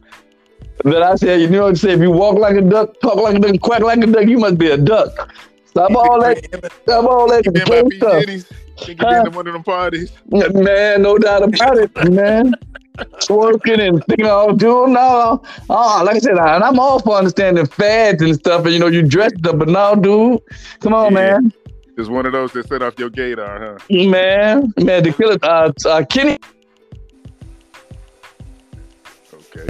[SPEAKER 4] that I said. You know what I'm saying? If you walk like a duck, talk like a duck, quack like a duck, you must be a duck. Stop all that. Stop all that
[SPEAKER 3] You been by P
[SPEAKER 4] stuff,
[SPEAKER 3] Diddy's? Think you been to one of them parties?
[SPEAKER 4] man. No doubt about it, man. Twerking and thinking, oh, dude, no, oh, like I said, and I'm all for understanding fads and stuff, and you know, you dressed up, but no, dude, come on,
[SPEAKER 3] Yeah.
[SPEAKER 4] man.
[SPEAKER 3] It's one of those that set off your gator, huh?
[SPEAKER 4] Man, man, the killer, uh, uh, Kenny
[SPEAKER 3] Okay.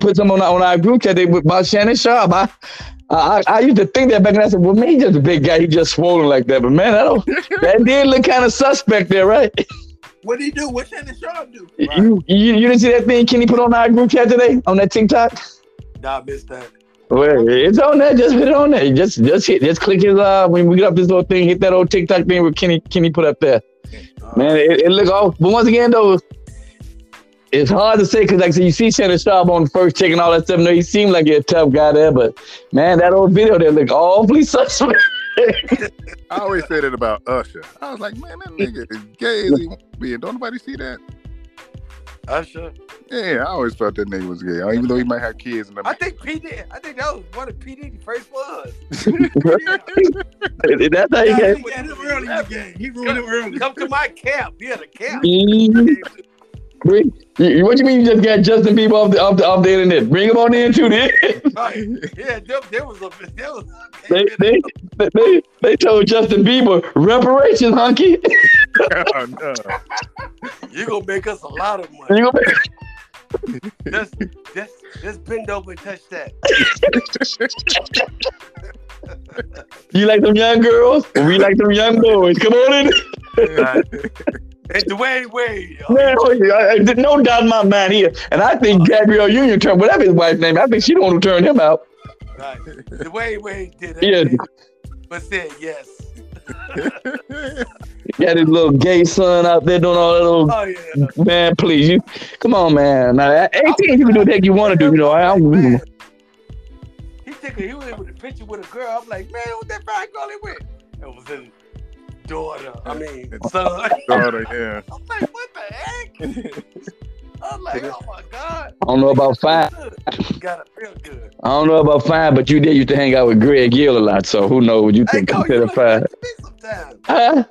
[SPEAKER 4] put some on our, on our group chat. They about Shannon Sharp. I, I I used to think that back, and I said, "Well, man, he's just a big guy. He just swollen like that." But man, that don't, that did look kind of suspect there, right?
[SPEAKER 2] What did he do? What Shannon Sharp do?
[SPEAKER 4] You, you you didn't see that thing Kenny put on our group chat today on that TikTok?
[SPEAKER 1] nah, I missed that.
[SPEAKER 4] Well, it's on there. Just put it on there. Just just hit. Just click his uh when we get up this little thing. Hit that old TikTok thing where Kenny Kenny put up there.
[SPEAKER 1] Uh,
[SPEAKER 4] Man, it, it look off. But once again, though, it's hard to say because, like I said, you see Shannon Sharp on the first check and all that stuff. No, he seemed like a tough guy there, but man, that old video there look awfully suspect.
[SPEAKER 3] I always said it about Usher. I was like, man, that nigga is gay as he wants to be. And Don't nobody see that?
[SPEAKER 1] Usher.
[SPEAKER 3] Yeah, I always thought that nigga was gay. Even though he might have kids and
[SPEAKER 1] I
[SPEAKER 3] everything.
[SPEAKER 1] think P Diddy. I think that was one of P Diddy's first ones.
[SPEAKER 4] That's how
[SPEAKER 2] Yeah,
[SPEAKER 4] you get.
[SPEAKER 2] he got him early in the game. He ruined him early.
[SPEAKER 1] Come to my camp. Yeah, the camp.
[SPEAKER 4] Mm, bring- you- What you mean? You just got Justin Bieber off the off the, off the internet? Bring him on in too, then.
[SPEAKER 1] Right. Yeah, there, there was a there was a-
[SPEAKER 4] They they they they told Justin Bieber reparations, hunky.
[SPEAKER 3] oh, no.
[SPEAKER 1] you gonna make us a lot of money.
[SPEAKER 4] You
[SPEAKER 1] Let's let's, let's bend over and touch that.
[SPEAKER 4] you like them young girls? We like them young boys. Come on in.
[SPEAKER 1] And Dwayne Wade, y'all.
[SPEAKER 4] Man, oh, yeah, I- I- no doubt in my mind here. And I think Gabrielle Union turned whatever his wife's name. I think she the one who turned him out.
[SPEAKER 1] Right. Dwayne Wade did
[SPEAKER 4] Yeah.
[SPEAKER 1] it. But said yes.
[SPEAKER 4] Got his little gay son out there doing all that little
[SPEAKER 1] Oh yeah.
[SPEAKER 4] man. Please, you come on, man. Now, at eighteen, you can do what the heck you want to do. You know, I
[SPEAKER 1] Oh, Man,
[SPEAKER 4] don't.
[SPEAKER 1] He took a, he was with a picture with a girl. I'm like, man, what that fine girl he with? It was in daughter. I mean, son.
[SPEAKER 3] Daughter,
[SPEAKER 1] I'm like, what the heck?
[SPEAKER 3] yeah.
[SPEAKER 1] I'm like, oh my god.
[SPEAKER 4] I don't know about five.
[SPEAKER 1] You gotta feel good.
[SPEAKER 4] I don't know about five, but you did used to hang out with Greg Gill a lot, so who knows? You
[SPEAKER 1] Hey,
[SPEAKER 4] think
[SPEAKER 1] Cole, you
[SPEAKER 4] consider
[SPEAKER 1] look good
[SPEAKER 4] five?
[SPEAKER 1] to me sometimes.
[SPEAKER 4] Huh?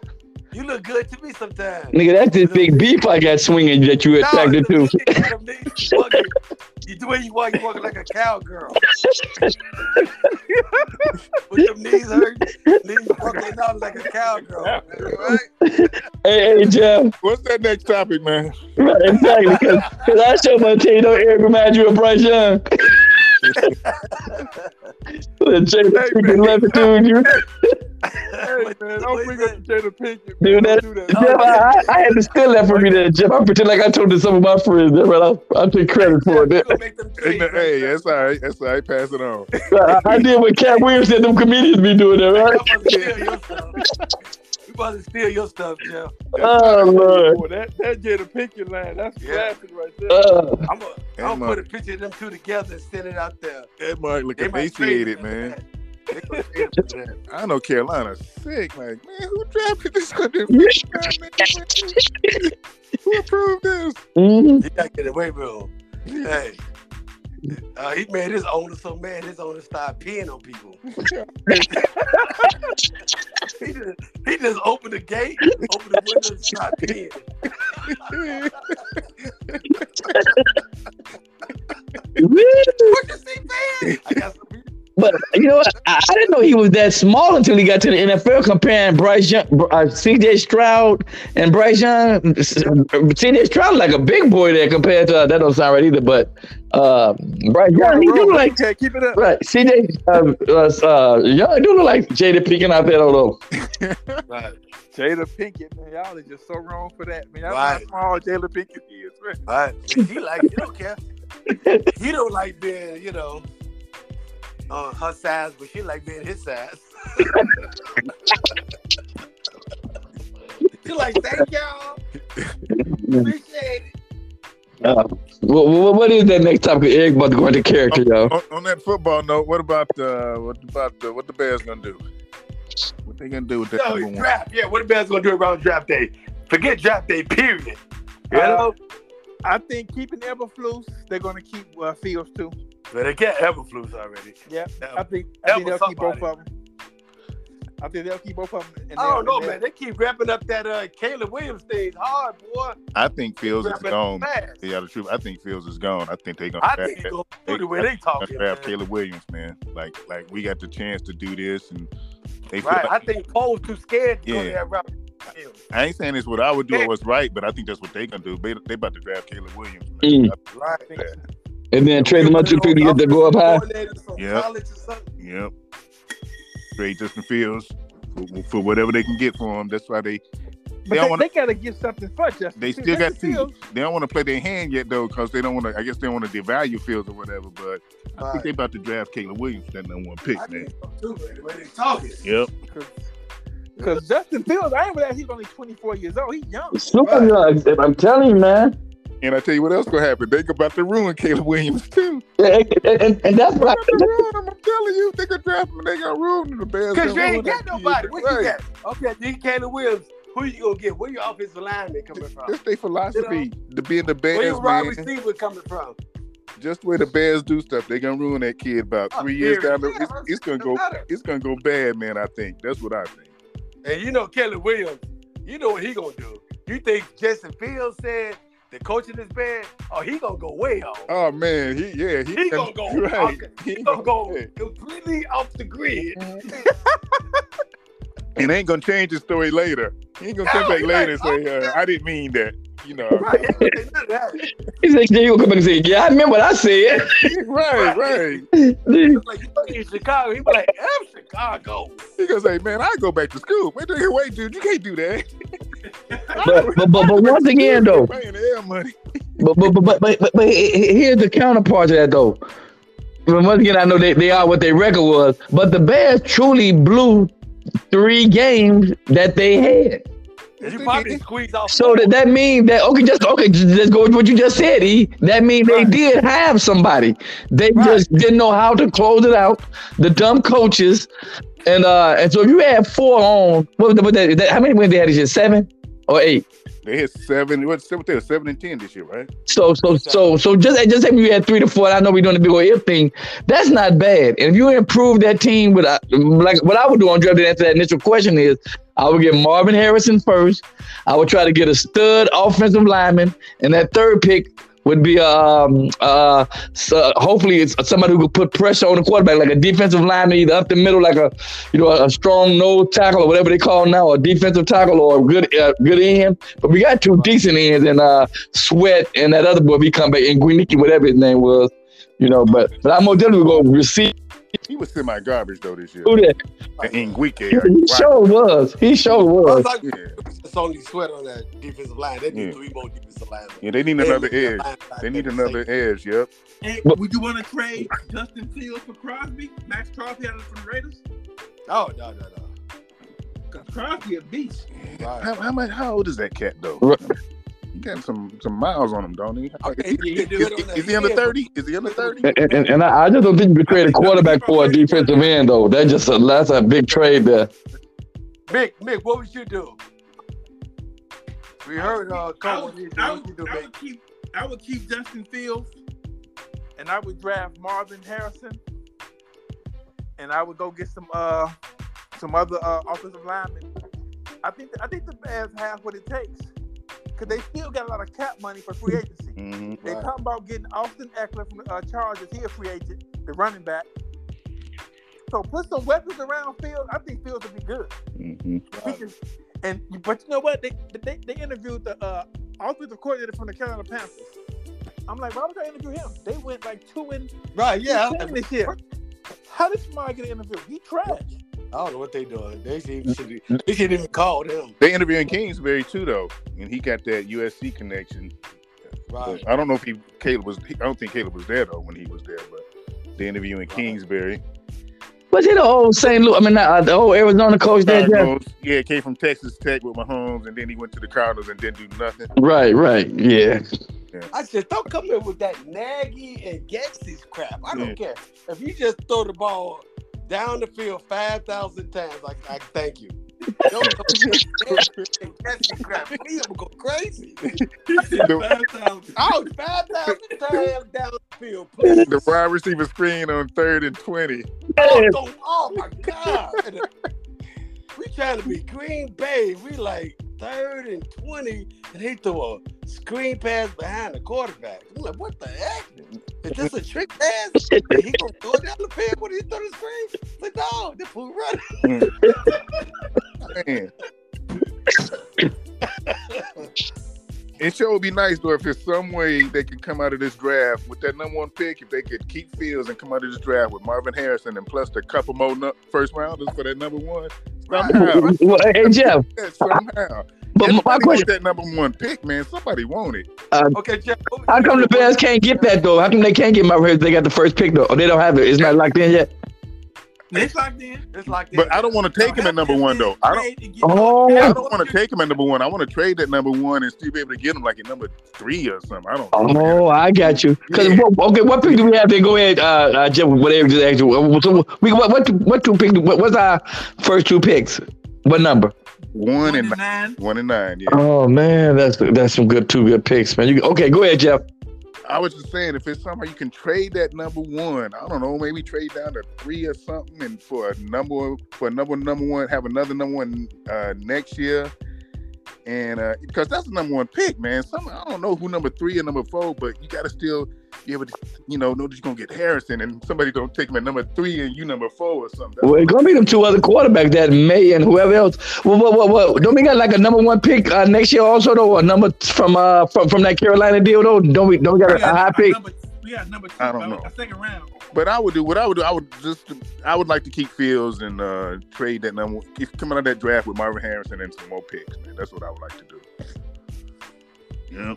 [SPEAKER 1] You look good to me sometimes.
[SPEAKER 4] Nigga, that's this big beef I got swinging that you
[SPEAKER 1] No,
[SPEAKER 4] attracted
[SPEAKER 1] you
[SPEAKER 4] to.
[SPEAKER 1] look good to me. You walking- You the way you walk, you walking like a cowgirl. With them knees hurt, knees walking out like a cowgirl. man, Right?
[SPEAKER 4] Hey, hey, Jeff.
[SPEAKER 3] What's that next topic, man?
[SPEAKER 4] Right, exactly. Because I show my tell you, don't Eric remind you of Bryce Young. the
[SPEAKER 3] Hey,
[SPEAKER 4] Jada
[SPEAKER 3] man.
[SPEAKER 4] Levitude, you
[SPEAKER 3] Hey, man, don't bring up Jada Pinkett.
[SPEAKER 4] do that.
[SPEAKER 3] Do that.
[SPEAKER 4] Jeff,
[SPEAKER 1] Oh,
[SPEAKER 4] I, I, I had to steal that from you there, Jeff. I pretend like I told it to some of my friends. That's right. I, I took credit for
[SPEAKER 1] You
[SPEAKER 4] it.
[SPEAKER 1] gonna make them
[SPEAKER 3] Hey,
[SPEAKER 1] trees,
[SPEAKER 3] man, hey, that's all right. That's all right. Pass it on.
[SPEAKER 4] I, I did what Cat Williams said them comedians be doing that,
[SPEAKER 1] I'm
[SPEAKER 4] right?
[SPEAKER 1] about to steal your stuff. You about to steal your stuff, Jeff.
[SPEAKER 4] Oh, Lord.
[SPEAKER 5] Boy, that that Jada Pinkett line, that's
[SPEAKER 1] Yeah.
[SPEAKER 5] classic right there.
[SPEAKER 4] Uh,
[SPEAKER 1] I'm gonna
[SPEAKER 3] Hey,
[SPEAKER 1] I'm gonna
[SPEAKER 3] Mark.
[SPEAKER 1] put a picture of them two together and send it out there.
[SPEAKER 3] That Mark look
[SPEAKER 1] They might trade
[SPEAKER 3] emaciated,
[SPEAKER 1] them for
[SPEAKER 3] man.
[SPEAKER 1] that. They gonna trade them for that.
[SPEAKER 3] I know Carolina sick. Like, man, who drafted this hundred? who approved this?
[SPEAKER 4] mhm.
[SPEAKER 1] You gotta get away with him. Hey. Uh, he made his owner so mad, his owner started peeing on people. he, just, he just opened the gate, opened the window, and started peeing. What you see, man? I got some
[SPEAKER 4] But you know what? I, I didn't know he was that small until he got to the NFL. Comparing Bryce Young, uh, CJ Stroud, and Bryce Young, CJ Stroud like a big boy there compared to uh, that. Don't sound right either. But uh, Bryce Young, he do like
[SPEAKER 5] okay, keep it up.
[SPEAKER 4] right. CJ uh, uh, uh, Young do look like Jada Pinkett out there. I don't know.
[SPEAKER 1] Right,
[SPEAKER 5] Jada Pinkett, man, y'all are just so wrong for that. Man, that's
[SPEAKER 1] Right.
[SPEAKER 5] how small Jada Pinkett is. Man.
[SPEAKER 1] right. He like, he don't care. He don't like being, you know, uh, her size, but she like being his size. she like, thank y'all, appreciate it.
[SPEAKER 4] Uh, what, what, what is that next topic? Eric about to go into character, yo.
[SPEAKER 3] on, on that football note, what about uh, what about the, what the Bears gonna do? What they gonna do with that
[SPEAKER 1] No,
[SPEAKER 3] number one?
[SPEAKER 1] Oh, draft. Yeah, what the Bears gonna do around draft day? Forget draft day, period. You
[SPEAKER 5] Uh,
[SPEAKER 1] know,
[SPEAKER 5] I think keeping Eberflus, they're gonna keep uh, Fields too.
[SPEAKER 1] but they got Everflus already.
[SPEAKER 5] Yeah, I
[SPEAKER 1] Ever-
[SPEAKER 5] think I think
[SPEAKER 1] Ever
[SPEAKER 5] they'll keep both
[SPEAKER 1] somebody.
[SPEAKER 5] of them. I think they'll keep both of them.
[SPEAKER 1] I don't know, man. They keep wrapping up that uh, Caleb Williams thing hard, boy.
[SPEAKER 3] I think Fields is
[SPEAKER 1] Wrapping
[SPEAKER 3] gone.
[SPEAKER 1] up fast.
[SPEAKER 3] Yeah, the truth. I think Fields is gone. I think they gonna
[SPEAKER 1] I
[SPEAKER 3] draft
[SPEAKER 1] think
[SPEAKER 3] that-
[SPEAKER 1] it's gonna do the way they
[SPEAKER 3] gonna
[SPEAKER 1] talking.
[SPEAKER 3] draft
[SPEAKER 1] man.
[SPEAKER 3] Caleb Williams, man. Like like we got the chance to do this, and they feel
[SPEAKER 1] Right.
[SPEAKER 3] like-
[SPEAKER 1] I think Poe's too scared to go to
[SPEAKER 3] Yeah.
[SPEAKER 1] that route. Yeah.
[SPEAKER 3] I ain't saying it's what I would do or what's right, but I think that's what they gonna do. They, they about to draft Caleb Williams. Man.
[SPEAKER 4] Mm.
[SPEAKER 1] Right.
[SPEAKER 4] And then trade them up to people to get to go up high.
[SPEAKER 3] Yep. Yep. Trade Justin Fields for, for whatever they can get for him. That's why they
[SPEAKER 5] But
[SPEAKER 3] they
[SPEAKER 5] they,
[SPEAKER 3] don't want
[SPEAKER 5] they gotta get something for Justin.
[SPEAKER 3] they
[SPEAKER 5] Fields.
[SPEAKER 3] still got
[SPEAKER 5] Justin
[SPEAKER 3] two.
[SPEAKER 5] Fields,
[SPEAKER 3] They don't want to play their hand yet though, because they don't want to. I guess they want to devalue Fields or whatever. But I think they about to draft Caleb Williams for that number one pick,
[SPEAKER 1] I
[SPEAKER 3] man.
[SPEAKER 1] think so too, man. The way they talking.
[SPEAKER 3] Yep.
[SPEAKER 5] Cause Justin Fields, I ain't realize he's only 24 years old. He's young.
[SPEAKER 4] Super nugs, I'm telling you, man.
[SPEAKER 3] And I tell you what else gonna happen. They about to ruin Caleb Williams too.
[SPEAKER 4] Yeah, and, and, and that's
[SPEAKER 3] They
[SPEAKER 4] what
[SPEAKER 3] about to ruin him. I'm telling you, they gonna draft him. and They gonna ruin him. The Bears.
[SPEAKER 1] Because you
[SPEAKER 3] gonna
[SPEAKER 1] ain't
[SPEAKER 3] ruin
[SPEAKER 1] got
[SPEAKER 3] him.
[SPEAKER 1] nobody. What you
[SPEAKER 3] Right.
[SPEAKER 1] got? Okay, D. Caleb Williams. Who you gonna get? Where your offensive lineman coming from?
[SPEAKER 3] That's their philosophy. to be in the
[SPEAKER 1] Where
[SPEAKER 3] Bears,
[SPEAKER 1] your wide
[SPEAKER 3] man.
[SPEAKER 1] receiver coming from?
[SPEAKER 3] Just the way the Bears do stuff, they gonna ruin that kid about
[SPEAKER 1] Oh,
[SPEAKER 3] three years down the
[SPEAKER 1] period.
[SPEAKER 3] it's, it's gonna go it's gonna go bad, man. I think that's what I think.
[SPEAKER 1] And you know Kelly Williams, you know what he gonna do. You think Justin Fields said the coaching is bad? Oh, he gonna go way off.
[SPEAKER 3] Oh man, he yeah he,
[SPEAKER 1] he gonna go.
[SPEAKER 3] right.
[SPEAKER 1] He gonna go
[SPEAKER 3] yeah.
[SPEAKER 1] completely off the grid.
[SPEAKER 3] and ain't gonna change his story later. He ain't gonna
[SPEAKER 1] No,
[SPEAKER 3] come back
[SPEAKER 1] he
[SPEAKER 3] later and
[SPEAKER 1] like,
[SPEAKER 3] say,
[SPEAKER 1] "Oh,
[SPEAKER 3] uh, "I didn't mean that," you know.
[SPEAKER 1] Right? He ain't gonna say none of that.
[SPEAKER 4] He's like, yeah, you come back and say, yeah, I remember what I said.
[SPEAKER 3] right, right.
[SPEAKER 4] Dude,
[SPEAKER 1] Like you think he's Chicago? He be like, "I'm Chicago."
[SPEAKER 3] He gonna say, "Man, I go back to school." Wait, wait, wait dude, you can't do that.
[SPEAKER 4] But, but, but, but once again, though,
[SPEAKER 3] paying the air money.
[SPEAKER 4] but, but, but, but, but, but, but he- he- here's the counterpart to that, though. But once again, I know they, they are what their record was, but the Bears truly blew three games that they had.
[SPEAKER 1] You probably squeeze off.
[SPEAKER 4] So that, that means that, okay, just okay, j- just go with what you just said, E. That means they
[SPEAKER 1] Right.
[SPEAKER 4] did have somebody. They
[SPEAKER 1] Right.
[SPEAKER 4] just didn't know how to close it out. The dumb coaches, And uh, and so if you had four on, what, what that, that, how many wins they had this year? Seven or eight?
[SPEAKER 3] They had seven. What seven? They were seven and ten this year, right?
[SPEAKER 4] So so so so just just say you had three to four. And I know we're doing the big old if thing. That's not bad. And if you improve that team with uh, like what I would do on draft day after that initial question is, I would get Marvin Harrison first. I would try to get a stud offensive lineman, and that third pick would be um uh so hopefully it's somebody who could put pressure on the quarterback like a defensive lineman either up the middle like a you know a, strong nose tackle or whatever they call now a defensive tackle or a good uh, good end but we got two decent ends and uh sweat and that other boy we come back and Guiniki whatever his name was you know but but I'm more definitely gonna receive
[SPEAKER 3] He was semi garbage though this year.
[SPEAKER 4] who that
[SPEAKER 3] And Enrique,
[SPEAKER 4] he,
[SPEAKER 3] right?
[SPEAKER 4] he sure was he sure
[SPEAKER 1] I
[SPEAKER 4] was
[SPEAKER 1] was like,
[SPEAKER 3] Yeah.
[SPEAKER 1] it's only sweat on that defensive line. They need
[SPEAKER 3] Yeah.
[SPEAKER 1] three more defensive linemen.
[SPEAKER 3] yeah, they need
[SPEAKER 1] They
[SPEAKER 3] another
[SPEAKER 1] need a
[SPEAKER 3] edge.
[SPEAKER 1] linebacker
[SPEAKER 3] They need
[SPEAKER 1] to
[SPEAKER 3] another
[SPEAKER 1] safety.
[SPEAKER 3] edge. Yep.
[SPEAKER 2] Hey,
[SPEAKER 4] But-
[SPEAKER 2] would you want to trade Justin Fields for Crosby? Max Crosby out of the Raiders?
[SPEAKER 1] No, "Oh, no, no, no.
[SPEAKER 2] 'Cause Crosby a beast.
[SPEAKER 1] Right.
[SPEAKER 3] How, how much? How old is that cat though?
[SPEAKER 4] Right.
[SPEAKER 3] He got some some miles on him, don't he?
[SPEAKER 1] Okay,
[SPEAKER 3] Is,
[SPEAKER 1] you Oh, can do
[SPEAKER 3] is-
[SPEAKER 1] it on that
[SPEAKER 3] is he under
[SPEAKER 1] field.
[SPEAKER 3] thirty? Is he under thirty?
[SPEAKER 4] and, and, and I, I just don't think you could trade a quarterback for a defensive end though that's just a that's a big trade there
[SPEAKER 1] Mick, Mick, what would you do? We heard uh,
[SPEAKER 2] I
[SPEAKER 1] Cole. What
[SPEAKER 2] would,
[SPEAKER 1] would
[SPEAKER 2] I
[SPEAKER 1] you
[SPEAKER 2] would,
[SPEAKER 1] do,
[SPEAKER 2] I
[SPEAKER 1] Mick?
[SPEAKER 2] would keep I would keep Justin Fields and I would draft Marvin Harrison and I would go get some uh some other uh, offensive linemen. I think I think the Bears have what it takes because they still got a lot of cap money for free agency.
[SPEAKER 3] Mhm.
[SPEAKER 2] They
[SPEAKER 1] Right.
[SPEAKER 2] talking about getting Austin Eckler from the uh, Chargers. He a free agent, the running back. So put some weapons around Fields. I think Fields would be good.
[SPEAKER 3] Mhm.
[SPEAKER 2] We can- and but you know what? They they, they interviewed the uh, offensive coordinator from the Carolina Panthers. I'm like, why would I interview him? They went like two and
[SPEAKER 1] Right, yeah. I
[SPEAKER 2] ten
[SPEAKER 1] don't,
[SPEAKER 2] this year. How did Samaj get an interview? He trash.
[SPEAKER 1] I don't know what they doing. They shouldn't even, they shouldn't even call them.
[SPEAKER 3] They interviewing Kingsbury too though, and he got that USC connection.
[SPEAKER 1] Right.
[SPEAKER 3] I don't know if he Caleb was. I don't think Caleb was there though when he was there, but they interviewing Kingsbury.
[SPEAKER 4] Was he the old St. Louis? I mean, not, uh, the old Arizona coach there, Jeff?
[SPEAKER 3] Cardinals, yeah, came from Texas Tech with Mahomes, and then he went to the Cardinals and didn't do nothing.
[SPEAKER 4] Right, right, yeah.
[SPEAKER 1] I said, don't come in with that naggy and Gaxis crap. I don't care. If you just throw the ball down the field 5,000 times, I, I thank you. Don't come in with that naggy and Gaxi crap. Me, I'm going to go crazy. Out 5,000 times down the field, please.
[SPEAKER 3] The wide receiver screen on third and twenty.
[SPEAKER 1] Oh, don't- oh, my God. And, uh, we trying to be Green Bay. We like third and 20, and he threw a screen pass behind the quarterback. I'm like, what the heck? Is this a trick pass? And he gonna throw it down the field when he throw the screen? It's like, no, this fool running.
[SPEAKER 3] Man. it sure would be nice though if there's some way they can come out of this draft with that number one pick. If they could keep Fields and come out of this draft with Marvin Harrison and plus the couple more nu- first rounders for that number one. Somehow,
[SPEAKER 4] Well, hey, Jeff,
[SPEAKER 3] yeah, somehow.
[SPEAKER 4] but my, my
[SPEAKER 3] Everybody
[SPEAKER 4] question,
[SPEAKER 3] want that number one pick, man. Somebody want it.
[SPEAKER 1] Okay, Jeff. what would
[SPEAKER 4] how
[SPEAKER 1] you
[SPEAKER 4] come
[SPEAKER 1] do?
[SPEAKER 4] the Bears can't get that, though? How come they can't get my Harris? They got the first pick, though. Or they don't have it. It's not locked in yet.
[SPEAKER 2] Next locked in.
[SPEAKER 1] It's like
[SPEAKER 3] But I don't want to take him at number one though. I don't. I
[SPEAKER 4] Oh,
[SPEAKER 3] don't want to take him at number one. I want to trade that number one and still be able to get him like at number three or something. I don't.
[SPEAKER 4] oh I got you. 'Cause what- okay, what pick do we have to go ahead, uh, uh, Jeff, whatever just asked you. Uh, So we, what, what, what two picks? What, what's our first two picks? What number?
[SPEAKER 3] One and
[SPEAKER 2] nine.
[SPEAKER 3] one and nine. Yeah.
[SPEAKER 4] Oh, man, that's that's some good, two good picks, man. You, okay, go ahead, Jeff.
[SPEAKER 3] I was just saying, if it's somehow you can trade that number one, I don't know, maybe trade down to three or something, and for a number for another number one, have another number one uh, next year, and uh, because that's the number one pick, man. Some I don't know who number three and number four, but you got to still be able to, you know, know that you're gonna get Harrison, and somebody don't take him at number three and you number four or something.
[SPEAKER 4] Well, it's gonna be them two other quarterbacks, that May and whoever else. Well, what, what, what? Don't we got like a number one pick uh, next year also though? A number t- from uh from, from that Carolina deal though? Don't we? Don't we got a, a high pick?
[SPEAKER 2] Number, we got number two.
[SPEAKER 3] I don't know.
[SPEAKER 2] A second round.
[SPEAKER 3] But I would do what I would do. I would just I would like to keep Fields and uh, trade that number. Keep coming out of that draft with Marvin Harrison and some more picks, man. That's what I would like to do. Yeah.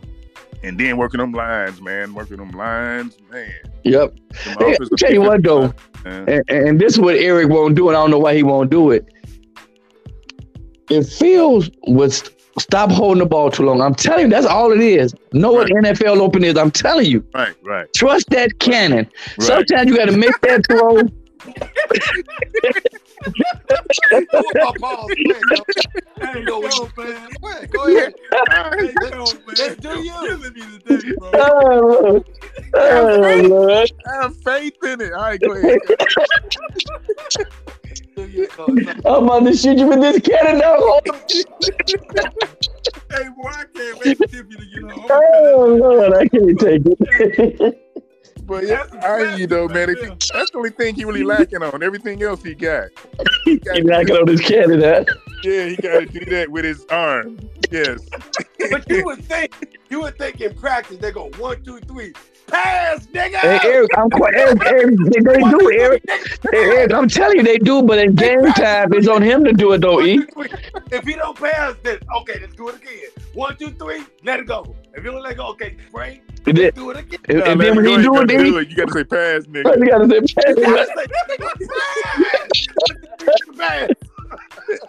[SPEAKER 3] And then working them lines, man. Working them lines, man.
[SPEAKER 4] Yep.
[SPEAKER 3] Some
[SPEAKER 4] Hey,
[SPEAKER 3] offensive
[SPEAKER 4] tell you what, though.
[SPEAKER 3] man.
[SPEAKER 4] And, and this is what Eric won't do, and I don't know why he won't do it. If Fields would st- stop holding the ball too long, I'm telling you, that's all it is. Know what NFL Open is? I'm telling you.
[SPEAKER 3] Right, right,
[SPEAKER 4] Trust that cannon.
[SPEAKER 3] right.
[SPEAKER 4] Sometimes you got to make that throw.
[SPEAKER 1] my balls quick, yo.
[SPEAKER 2] Hey,
[SPEAKER 1] You know
[SPEAKER 2] yo,
[SPEAKER 1] what you
[SPEAKER 2] man.
[SPEAKER 1] Quick, Go ahead.
[SPEAKER 2] Hey,
[SPEAKER 1] Let's-
[SPEAKER 2] yo, man.
[SPEAKER 1] let's do you.
[SPEAKER 2] killing me today, bro.
[SPEAKER 4] Oh, Lord. Oh, Lord.
[SPEAKER 3] I have faith in it. All right, go ahead.
[SPEAKER 1] Do you, Cody?
[SPEAKER 4] I'm about to shoot you with this cannon now. Oh,
[SPEAKER 2] Hey, boy, I can't wait for Tiffany to get home.
[SPEAKER 4] Oh, Lord, I can't take it.
[SPEAKER 3] But yeah, I you know, man. it- That's the only thing he really lacking on. Everything else he got.
[SPEAKER 4] He's knocking on this cannon, huh?
[SPEAKER 3] Yeah, he got to do that with his arm. Yes.
[SPEAKER 1] But you would think, you would think in practice they go one, two, three, pass, nigga.
[SPEAKER 4] Hey, Eric, I'm quite, Eric, Eric, they, they do, Eric. Hey, Eric, I'm telling you, they do, but in game time, it's on him to do it, though,
[SPEAKER 1] One,
[SPEAKER 4] E.
[SPEAKER 1] two, three. If he don't pass, then okay, let's do it again. One, two, three, let it go. If you don't let it go, okay, Frank,
[SPEAKER 4] And then,
[SPEAKER 1] do it again.
[SPEAKER 4] and,
[SPEAKER 3] Nah,
[SPEAKER 4] and
[SPEAKER 3] man,
[SPEAKER 4] then when
[SPEAKER 3] you
[SPEAKER 4] he
[SPEAKER 3] ain't
[SPEAKER 4] do
[SPEAKER 3] gonna
[SPEAKER 4] it, E,
[SPEAKER 3] You got to say pass, nigga.
[SPEAKER 4] you gotta say, "Pass it."
[SPEAKER 1] That's like, pass.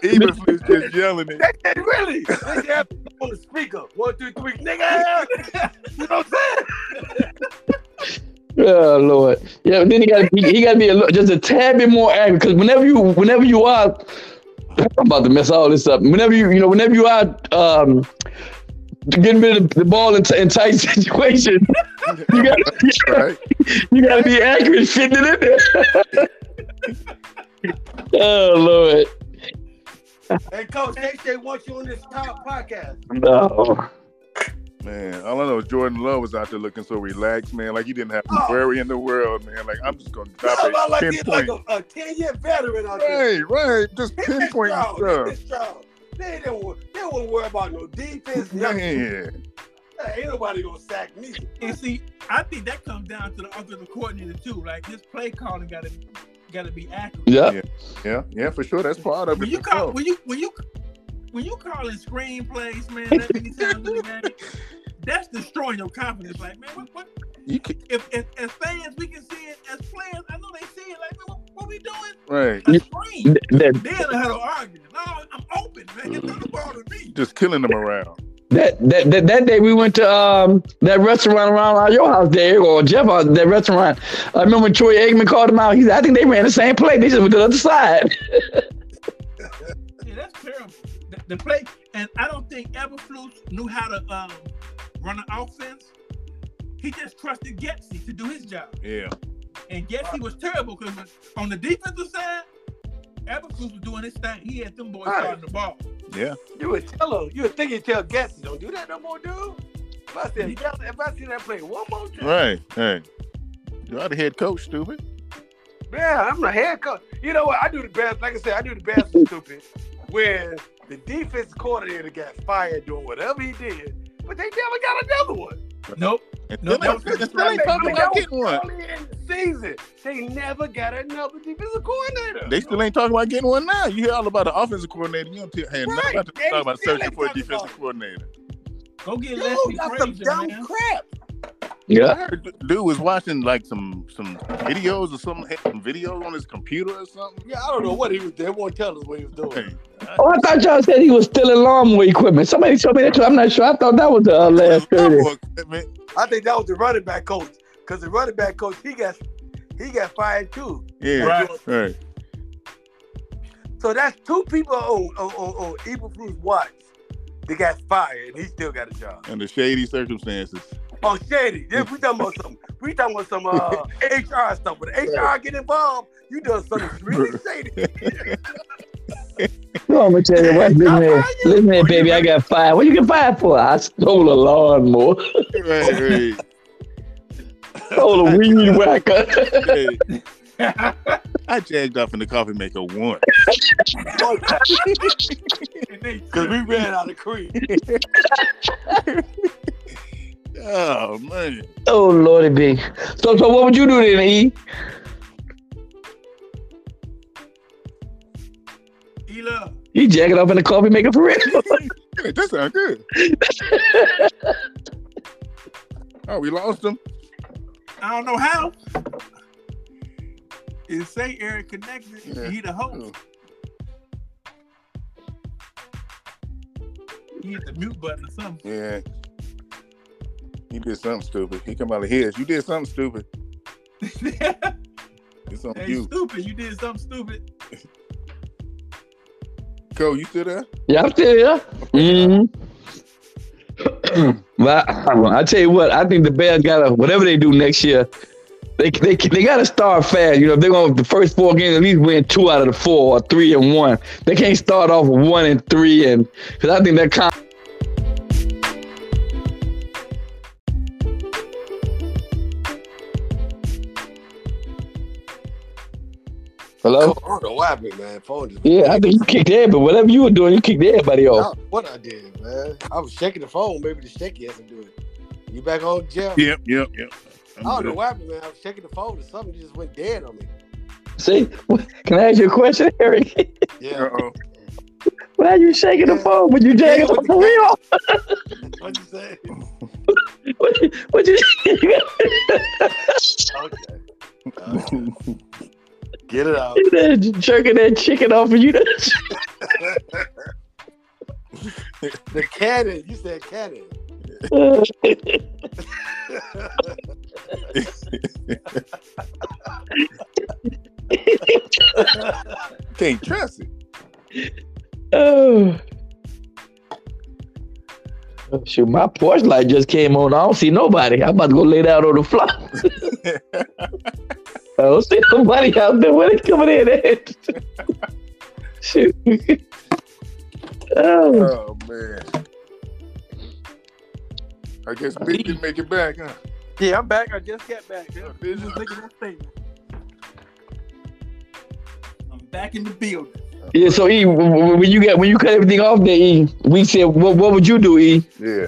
[SPEAKER 3] Even if it's just yelling it.
[SPEAKER 1] They said, really? They said, have to go on the speaker. One, two, three, nigga. You know what I'm
[SPEAKER 4] Oh Lord, yeah. Then he got he, he got to be a, li- just a tad bit more accurate because whenever you whenever you are, I'm about to mess all this up. Whenever you you know whenever you are um getting rid of the ball in, t- in tight situations, you got
[SPEAKER 3] Right?
[SPEAKER 4] you got to be accurate fitting it in there. oh Lord,
[SPEAKER 1] saying? And Coach, they, they want you on this top podcast.
[SPEAKER 4] no.
[SPEAKER 3] Man, all I know is Jordan Love was out there looking so relaxed, man. Like he didn't have
[SPEAKER 2] Oh.
[SPEAKER 3] to worry in the world, man. Like I'm just gonna drop
[SPEAKER 1] I'm
[SPEAKER 3] it.
[SPEAKER 1] like, he's like
[SPEAKER 3] pinpoint.
[SPEAKER 1] a, a 10 year veteran out there.
[SPEAKER 3] Right, right. Just
[SPEAKER 1] They been
[SPEAKER 3] pinpoint
[SPEAKER 1] strong. They been
[SPEAKER 3] stuff.
[SPEAKER 1] strong. They didn't. wor- They wouldn't worry about no defense. nothing.
[SPEAKER 3] Man,
[SPEAKER 1] Ain't nobody gonna sack me.
[SPEAKER 2] And see, I think that comes down to the offensive coordinator too. Like his play calling got to got to be accurate.
[SPEAKER 4] Yeah,
[SPEAKER 3] yeah, yeah, for sure. That's part of
[SPEAKER 2] When
[SPEAKER 3] it.
[SPEAKER 2] you
[SPEAKER 3] for
[SPEAKER 2] call,
[SPEAKER 3] sure.
[SPEAKER 2] when you when you when you calling screenplays, man, that many times in the game, that's destroying your confidence. Like, man, what, what
[SPEAKER 3] You can,
[SPEAKER 2] if, if as fans we can see it, as players, I know they see it. Like, man, what, what we doing?
[SPEAKER 3] right.
[SPEAKER 2] A
[SPEAKER 4] You-
[SPEAKER 2] screen.
[SPEAKER 4] Th- that
[SPEAKER 2] They in the huddle arguing. No, I'm open, man. Get the ball to me.
[SPEAKER 3] Just killing them around.
[SPEAKER 4] That, that that that day we went to um that restaurant around your house there or Jeff house that restaurant. I remember when Troy Eggman called him out. He I think they ran the same play. They just went to the other side.
[SPEAKER 2] Yeah, that's terrible. The, the play, and I don't think Eberflus knew how to um, run an offense. He just trusted Getsy to do his job,
[SPEAKER 3] Yeah.
[SPEAKER 2] and Getsy was terrible because on the defensive side, Eberflus was doing his thing. He had them boys
[SPEAKER 1] Right.
[SPEAKER 2] guarding the ball.
[SPEAKER 3] Yeah.
[SPEAKER 1] You would tell him. You would think he'd tell Gatsby, "Don't do that no more, dude." If I said, if I see that play one more time,
[SPEAKER 3] Right. Right. You're the head coach, stupid.
[SPEAKER 1] man, I'm the head coach. You know what? I do the best. Like I said, I do the best. for Stupid. Where the defense coordinator got fired doing whatever he did, but they never got another one.
[SPEAKER 2] Nope.
[SPEAKER 3] And
[SPEAKER 2] No,
[SPEAKER 3] still
[SPEAKER 2] no,
[SPEAKER 3] ain't- and still ain't talking about getting one.
[SPEAKER 1] Early in the season, they never got another defensive coordinator.
[SPEAKER 3] They still ain't talking about getting one now. You hear all about the offensive coordinator. You don't hear nothing
[SPEAKER 1] Right.
[SPEAKER 3] about, the,
[SPEAKER 1] They
[SPEAKER 3] talk about
[SPEAKER 1] still
[SPEAKER 3] searching
[SPEAKER 1] ain't
[SPEAKER 3] for a
[SPEAKER 1] talking
[SPEAKER 3] defensive
[SPEAKER 1] about it.
[SPEAKER 3] coordinator.
[SPEAKER 2] Go get
[SPEAKER 1] Dude,
[SPEAKER 2] Leslie
[SPEAKER 1] that's some
[SPEAKER 2] Frazier,
[SPEAKER 1] dumb
[SPEAKER 2] man.
[SPEAKER 1] crap.
[SPEAKER 3] I
[SPEAKER 4] Yeah,
[SPEAKER 3] heard the dude was watching like some some videos or some, had some videos on his computer or something.
[SPEAKER 1] Yeah, I don't know what he was. They won't tell us what he was doing.
[SPEAKER 3] Hey,
[SPEAKER 4] Oh, I thought y'all said he was stealing lawnmower equipment. Somebody told me that too. I'm not sure. I thought that was the uh, last thirty.
[SPEAKER 3] Cowboy equipment.
[SPEAKER 1] I think that was the running back coach, because the running back coach he got he got fired too.
[SPEAKER 3] Yeah, right.
[SPEAKER 2] Right.
[SPEAKER 3] right.
[SPEAKER 1] So that's two people on on on, on Evil Fruit's watch. They got fired, and he still got a job.
[SPEAKER 3] Under shady circumstances.
[SPEAKER 1] Oh, shady! This, we talking about some. We talking about some uh, HR stuff. When the HR get involved, you done something really shady.
[SPEAKER 4] No, I'm gonna tell you what. Listen here, listen here, baby. I got fired. What you get fired for? I stole a lawnmower.
[SPEAKER 3] Right, right.
[SPEAKER 4] Stole a weed whacker.
[SPEAKER 3] Hey, I jagged off in the coffee maker once.
[SPEAKER 1] Because
[SPEAKER 2] And they-
[SPEAKER 1] we ran out of cream.
[SPEAKER 3] Oh man.
[SPEAKER 4] oh Lordy B. So so what would you do then, E?
[SPEAKER 2] Eli,
[SPEAKER 4] He jack it up in the coffee maker for real.
[SPEAKER 3] Hey, that sounds good. oh, we lost him.
[SPEAKER 2] I don't know how. It say Eric connected. and He the host. He hit the mute button or something.
[SPEAKER 3] Yeah. You did something stupid. He come out of his. You did something stupid. It's on
[SPEAKER 2] Hey,
[SPEAKER 3] you.
[SPEAKER 2] stupid! You did something stupid.
[SPEAKER 3] Cole, you still there?
[SPEAKER 4] Yeah, I'm still here. Mhm. but um, I, I tell you what, I think the Bears gotta whatever they do next year, they they they gotta start fast. You know, if they're gonna the first four games at least win two out of the four or three and one. They can't start off with one and three and because I think that kind. Hello.
[SPEAKER 1] I don't know what happened, man. Phone just
[SPEAKER 4] Yeah, I think you kicked everybody. Whatever you were doing, you kicked everybody
[SPEAKER 1] I
[SPEAKER 4] off.
[SPEAKER 1] don't know what I did, man. I was shaking the phone. Maybe the shaky has to do it. You back on, Jeff?
[SPEAKER 3] Yep, yep, yep. I'm
[SPEAKER 1] I don't know
[SPEAKER 3] good.
[SPEAKER 1] what happened, man. I was shaking the phone and something just went dead on me.
[SPEAKER 4] See, can I ask you a question, Eric?
[SPEAKER 1] Yeah.
[SPEAKER 3] Uh-oh.
[SPEAKER 4] Why are you shaking the phone when you jagging off the wheel?
[SPEAKER 1] What'd you say?
[SPEAKER 4] What you- what you?
[SPEAKER 1] Okay. Get it out.
[SPEAKER 4] You done jerking that chicken off of you. done-
[SPEAKER 1] The cannon. You said cannon.
[SPEAKER 4] Oh,
[SPEAKER 3] Can't trust it.
[SPEAKER 4] oh. Oh, Shoot, my porch light just came on. I don't see nobody. I'm about to go lay down on the floor. I don't see nobody out there. Where they coming in at? Shoot. Oh,
[SPEAKER 3] Oh man. I guess Big didn't make it back, huh?
[SPEAKER 2] Yeah, I'm back. I just got back. Yeah.
[SPEAKER 3] Did you?
[SPEAKER 2] Just look at that statement. I'm back in the building.
[SPEAKER 4] yeah. So E, w- w- when you got when you cut everything off, there, E, we said, what, what would you do, E?
[SPEAKER 3] Yeah.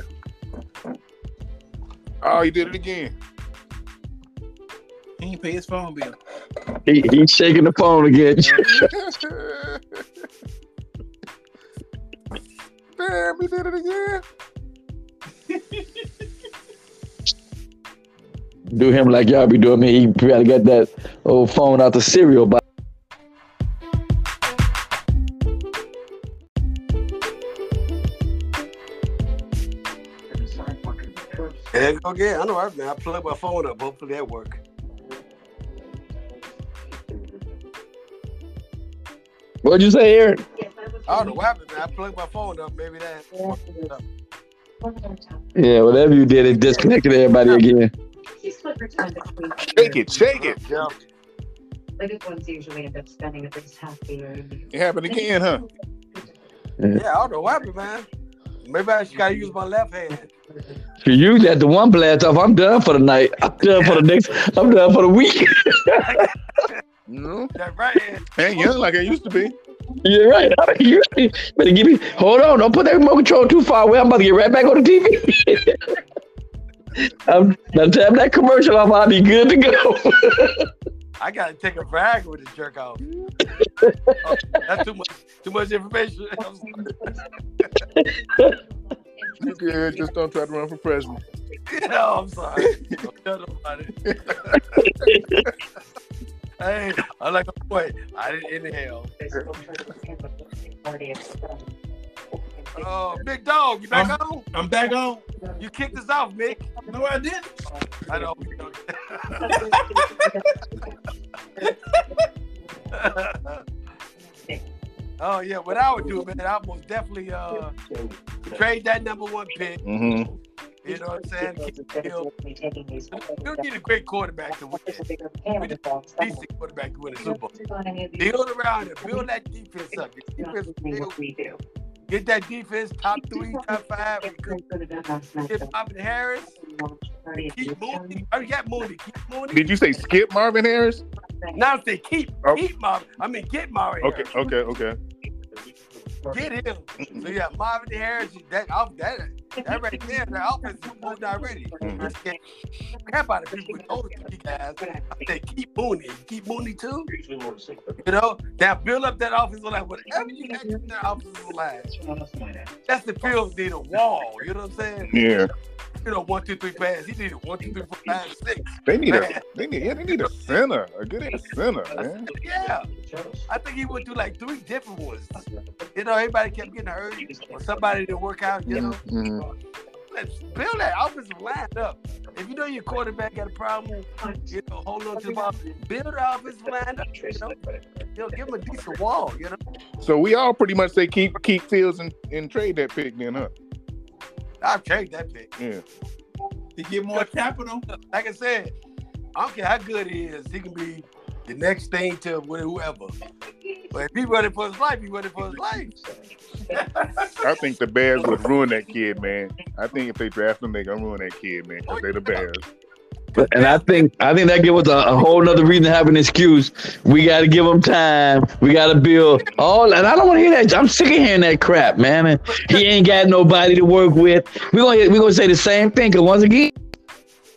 [SPEAKER 3] Oh, you did it again.
[SPEAKER 2] He ain't pay his phone bill.
[SPEAKER 4] He, he's shaking the phone again.
[SPEAKER 3] Damn, he did it again.
[SPEAKER 4] do him like y'all be doing me. He probably got that old phone out the cereal box.
[SPEAKER 1] There you go again. I know I've been. I plugged my phone up. Hopefully that work.
[SPEAKER 4] What'd you say, Eric?
[SPEAKER 1] I don't know what happened, man. I plugged my phone up. Maybe that.
[SPEAKER 4] Yeah, whatever you did, it disconnected everybody again.
[SPEAKER 3] Shake it, shake it.
[SPEAKER 1] Yeah.
[SPEAKER 6] Biggest ones usually end up spending at least half the year.
[SPEAKER 3] It happened again, huh?
[SPEAKER 1] Yeah. I don't know what happened, man. Maybe I just gotta use my left hand.
[SPEAKER 4] If you use that the one blast off, I'm done for the night. I'm done for the next. I'm done for the week.
[SPEAKER 3] No,
[SPEAKER 1] That right hand.
[SPEAKER 3] ain't young like I used to be.
[SPEAKER 4] You're right. You're right. Better give me. Hold on. Don't put that remote control too far away. I'm about to get right back on the TV. I'm, by the time that commercial off, I'll be good to go.
[SPEAKER 1] I gotta take a Viagra with this jerk off. Oh, that's too much. Too much information. I'm sorry.
[SPEAKER 3] You good? Just don't try to run for president.
[SPEAKER 1] No, I'm sorry. Don't tell nobody. hey, I like a point. I didn't inhale. Oh, big dog, you back on?
[SPEAKER 5] I'm back on.
[SPEAKER 1] You kicked us off, Mick.
[SPEAKER 5] No, I didn't.
[SPEAKER 1] I know. oh yeah, what I would do, man, I would definitely uh trade that number one pick.
[SPEAKER 3] Mm-hmm.
[SPEAKER 1] You know what I'm saying? Keep Hill. You
[SPEAKER 6] You
[SPEAKER 1] need a great quarterback to win. Decent quarterback to win a Super Bowl. Build around it. Build that defense up. Your defense build- Get that defense top three, top five. Get Marvin Harris. Keep Mooney. I mean, get Mooney. Keep Mooney.
[SPEAKER 3] Did you say skip Marvin Harris?
[SPEAKER 1] Now say keep,
[SPEAKER 3] Oh.
[SPEAKER 1] keep Marvin. I mean, get Marvin.
[SPEAKER 3] Okay,
[SPEAKER 1] Harris.
[SPEAKER 3] okay, okay.
[SPEAKER 1] Get him. So yeah, Marvin Harris. That off that that right there. The offense is moved already.
[SPEAKER 3] Mhm.
[SPEAKER 1] Just get crap out of people with those three guys. They keep Mooney. Keep Mooney too. You know, now build up that offensive line. Whatever you got in that offensive line, that's the field need a wall. You know what I'm saying?
[SPEAKER 3] Yeah,
[SPEAKER 1] You know, one, two, three pass. He needed one, two, three, four, five, six.
[SPEAKER 3] they need a, they need, yeah, they need a center, a good ass center, man.
[SPEAKER 1] Yeah. I think he went through like three different ones. You know, everybody kept getting hurt or somebody didn't work out, you know.
[SPEAKER 3] Mhm.
[SPEAKER 1] let's build that offensive line up. If you know your quarterback got a problem, you know, hold on to the ball. Build the offensive line up. You know, you know give him a decent wall. You know,
[SPEAKER 3] So we all pretty much say keep keep Fields and, and trade that pick then, huh?
[SPEAKER 1] I'll trade that pick.
[SPEAKER 3] Yeah.
[SPEAKER 5] to get more capital.
[SPEAKER 1] Like I said, I don't care how good he is, he can be the next thing to wh- whoever. But if he running for his life, he running for his life.
[SPEAKER 3] I think the Bears would ruin that kid, man. I think if they draft him, they gonna ruin that kid, man, because they're the Bears.
[SPEAKER 4] But- And I think I think that give us a, a whole nother reason to have an excuse. We got to give them time. We got to build all. And I don't want to hear that. I'm sick of hearing that crap, man. And he ain't got nobody to work with. We gonna we gonna say the same thing. Cause once again,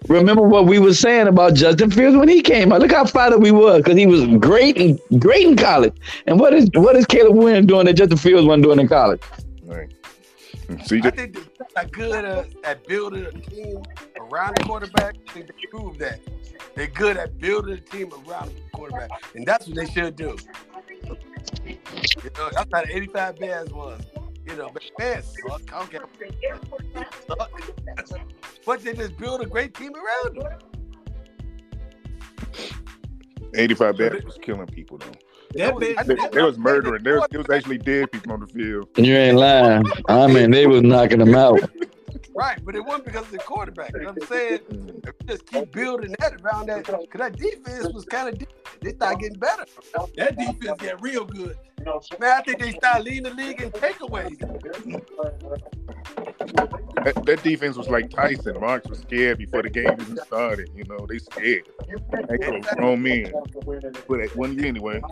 [SPEAKER 4] remember what we were saying about Justin Fields when he came out. Look how fired we were because he was great and great in college. And what is what is Caleb Williams doing that Justin Fields wasn't doing in college?
[SPEAKER 3] Right. See,
[SPEAKER 1] I think they're good uh, at building a team around the quarterback. I think they proved that. They're good at building a team around the quarterback. And that's what they should do. You know, that's how the 85 Bears was. You know, but Bears suck. I don't care. Suck. But they just build a great team around them.
[SPEAKER 3] 85 Bears was killing people though.
[SPEAKER 5] That big,
[SPEAKER 3] They, they was murdering. There was, there was actually dead people on the field.
[SPEAKER 4] You ain't lying. I mean, they was knocking him out.
[SPEAKER 1] Right, but it wasn't because of the quarterback. You know what I'm saying? If you just keep building that around that, because that defense was kind of, they started getting better.
[SPEAKER 5] that defense got real good.
[SPEAKER 1] Man, I think they started leading the league in takeaways.
[SPEAKER 3] That, that defense was like Tyson. Marks was scared before the game even started. You know, they scared. They were grown men. But that one year anyway.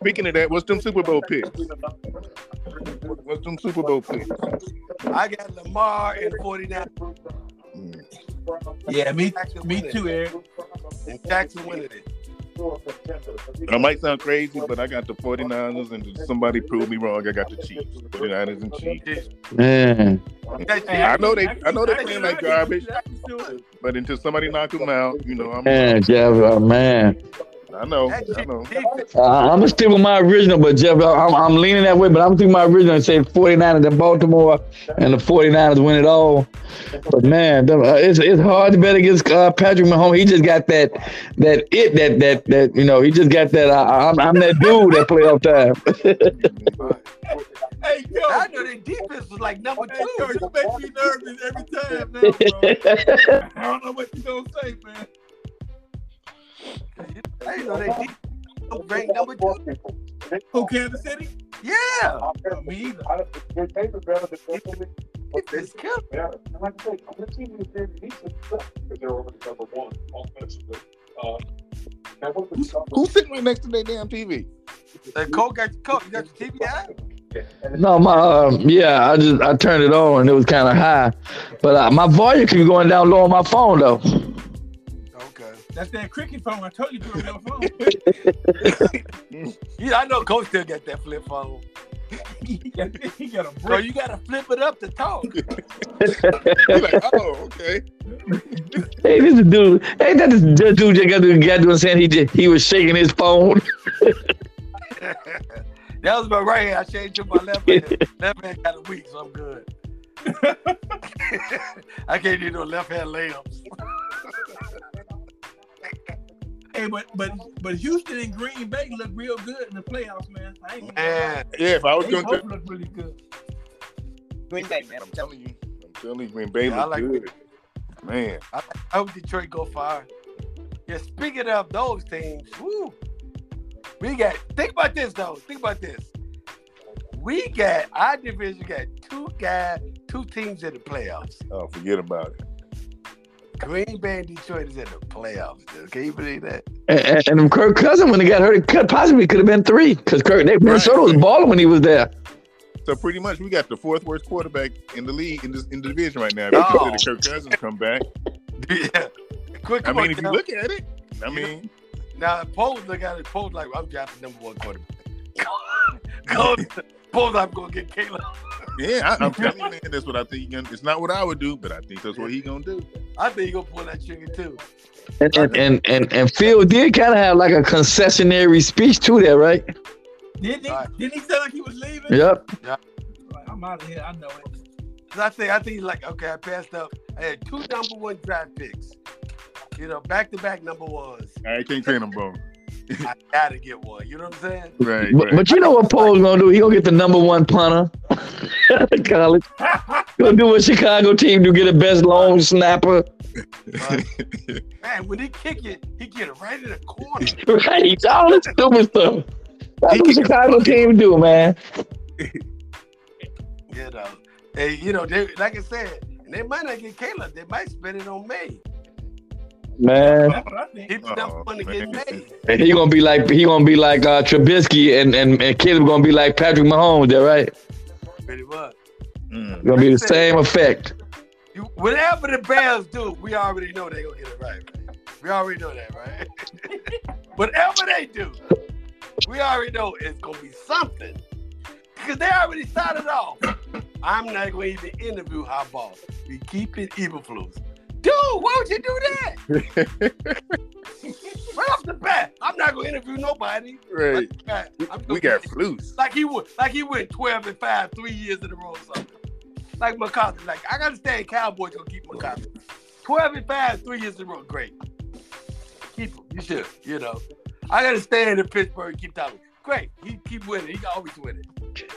[SPEAKER 3] Speaking of that, what's them Super Bowl picks? What's them Super Bowl picks?
[SPEAKER 1] I got Lamar and 49
[SPEAKER 3] Mm.
[SPEAKER 5] Yeah, me, me too, Eric.
[SPEAKER 1] and Jackson winning it.
[SPEAKER 3] I might sound crazy, but I got the 49ers and somebody proved me wrong. I got the Chiefs. 49ers and Chiefs.
[SPEAKER 4] Man,
[SPEAKER 3] I know they I know they playing like garbage,
[SPEAKER 5] I can do it.
[SPEAKER 3] but until somebody knock them out, you know, I'm
[SPEAKER 4] man, Jeff, oh, man.
[SPEAKER 3] I know,
[SPEAKER 1] That
[SPEAKER 3] I know.
[SPEAKER 1] defense,
[SPEAKER 4] Uh, I'm gonna stick with my original, but Jeff, I- I'm, I'm leaning that way. But I'm thinking my original and say 49ers in Baltimore, and the 49ers win it all. But man, them- uh, it's it's hard to bet against uh, Patrick Mahomes. He just got that that it that that that you know. He just got that. Uh, I'm I'm that dude that playoff time.
[SPEAKER 5] Hey, yo,
[SPEAKER 1] I know their defense was like number
[SPEAKER 5] hey, yo,
[SPEAKER 1] two.
[SPEAKER 5] you make me nervous every time now, bro. I don't know what you're going to say, man.
[SPEAKER 1] I know their defense was ranked number two.
[SPEAKER 5] Who, Kansas City?
[SPEAKER 1] Yeah,
[SPEAKER 5] Oh, me either.
[SPEAKER 1] defense killed.
[SPEAKER 3] Who's sitting right next to their damn TV?
[SPEAKER 1] The Cole got your Cole. You got your TV out?
[SPEAKER 4] no, my uh, yeah, I just I turned it on and it was kind of high, but uh, my volume keep going down low on my phone though.
[SPEAKER 1] Okay.
[SPEAKER 5] That's that cricket phone. I told you to a real phone.
[SPEAKER 1] Yeah, I know Cole still got that flip phone.
[SPEAKER 5] he, got, he got a
[SPEAKER 1] Bro,
[SPEAKER 5] break.
[SPEAKER 1] you gotta flip it up to talk.
[SPEAKER 3] You're like, oh, okay.
[SPEAKER 4] Hey, this is dude. Ain't that this dude that got the guy doing saying he just, he was shaking his phone?
[SPEAKER 1] that was my right hand. I changed to my left hand. left hand kind of weak, so I'm good. I can't do no left hand layups.
[SPEAKER 5] Hey, but but but Houston and Green Bay look real good in the playoffs, man. I ain't
[SPEAKER 1] Man,
[SPEAKER 3] Yeah, if I was
[SPEAKER 5] they
[SPEAKER 3] going
[SPEAKER 5] both
[SPEAKER 3] to,
[SPEAKER 5] look really good.
[SPEAKER 7] Green Bay, man.
[SPEAKER 3] I'm telling you, I'm telling you, Green Bay
[SPEAKER 1] Yeah, I
[SPEAKER 3] look
[SPEAKER 1] like-
[SPEAKER 3] good. Man,
[SPEAKER 1] I hope Detroit go far. Yeah, speaking of those teams, woo, we got think about this though. Think about this. We got our division got two guys, two teams in the playoffs.
[SPEAKER 3] oh, forget about it.
[SPEAKER 1] Green Bay and Detroit is in the playoffs. dude. Can you believe that?
[SPEAKER 4] And, and, and Kirk Cousins, when he got hurt, it could possibly could have been three because Kirk they, Minnesota was balling when he was there.
[SPEAKER 3] So pretty much, we got the fourth worst quarterback in the league in this in the division right now. If
[SPEAKER 1] Oh.
[SPEAKER 3] you consider Kirk Cousins come back,
[SPEAKER 1] yeah. Quick,
[SPEAKER 3] I
[SPEAKER 1] come
[SPEAKER 3] mean,
[SPEAKER 1] on,
[SPEAKER 3] if you
[SPEAKER 1] Jeff.
[SPEAKER 3] look at it, I mean,
[SPEAKER 1] now Poles look at it. Poles like I'm drafting number one quarterback. Go, Poles, I'm gonna get Caleb.
[SPEAKER 3] yeah, I, I'm telling you, man, that's what I think. you're gonna- It's not what I would do, but I think that's what he gonna do.
[SPEAKER 1] I think he gonna pull that trigger too.
[SPEAKER 4] And and and, and, and Phil did kind of have like a concessionary speech to that, right?
[SPEAKER 5] Didn't he?
[SPEAKER 1] Right.
[SPEAKER 5] Didn't he sound like he was leaving?
[SPEAKER 4] Yep.
[SPEAKER 5] Like, I'm out of here. I know it.
[SPEAKER 1] 'Cause I think I think like okay, I passed up. I had two number one draft picks. You know, back to back number ones.
[SPEAKER 3] I can't pay them both.
[SPEAKER 1] I gotta get one. You know what I'm saying?
[SPEAKER 3] Right,
[SPEAKER 4] But,
[SPEAKER 3] right.
[SPEAKER 4] but you know what Poe's gonna do? He gonna get the number one punter. College. Gonna do what Chicago team do, get the best long snapper.
[SPEAKER 1] Man, when he kick it, he get it right in the corner.
[SPEAKER 4] Right. All this stupid stuff. That's
[SPEAKER 3] He
[SPEAKER 4] what
[SPEAKER 3] can-
[SPEAKER 4] Chicago team do, man.
[SPEAKER 1] You know, they you know they like I said, and they might not get Caleb. They might spend it on me.
[SPEAKER 4] Man.
[SPEAKER 5] That's what I think.
[SPEAKER 1] He the number
[SPEAKER 3] Oh,
[SPEAKER 1] one to get
[SPEAKER 3] man.
[SPEAKER 1] made.
[SPEAKER 4] And he gonna be like he gonna be like uh Trubisky and, and, and Caleb gonna be like Patrick Mahomes, that right?
[SPEAKER 1] Pretty much.
[SPEAKER 3] Mm.
[SPEAKER 4] Gonna be the same effect.
[SPEAKER 1] You, whatever the Bears do, we already know they gonna get it right. man. We already know that, right? whatever they do, we already know it's gonna be something because they already started off. I'm not gonna even interview high ball. We keep it even flows. Dude, why would you do that? right off the bat, I'm not gonna interview nobody.
[SPEAKER 3] Right.
[SPEAKER 1] Right. I'm
[SPEAKER 3] We
[SPEAKER 1] gonna-
[SPEAKER 3] got flus.
[SPEAKER 1] like he would, like he went twelve and five three years in a row or something. Like McCarthy, like I understand Cowboys gonna keep McCarthy. Twelve and five three years in a row, great. Keep him, you should, you know. I understand if Pittsburgh keep talking, great. He keep winning, he always winning.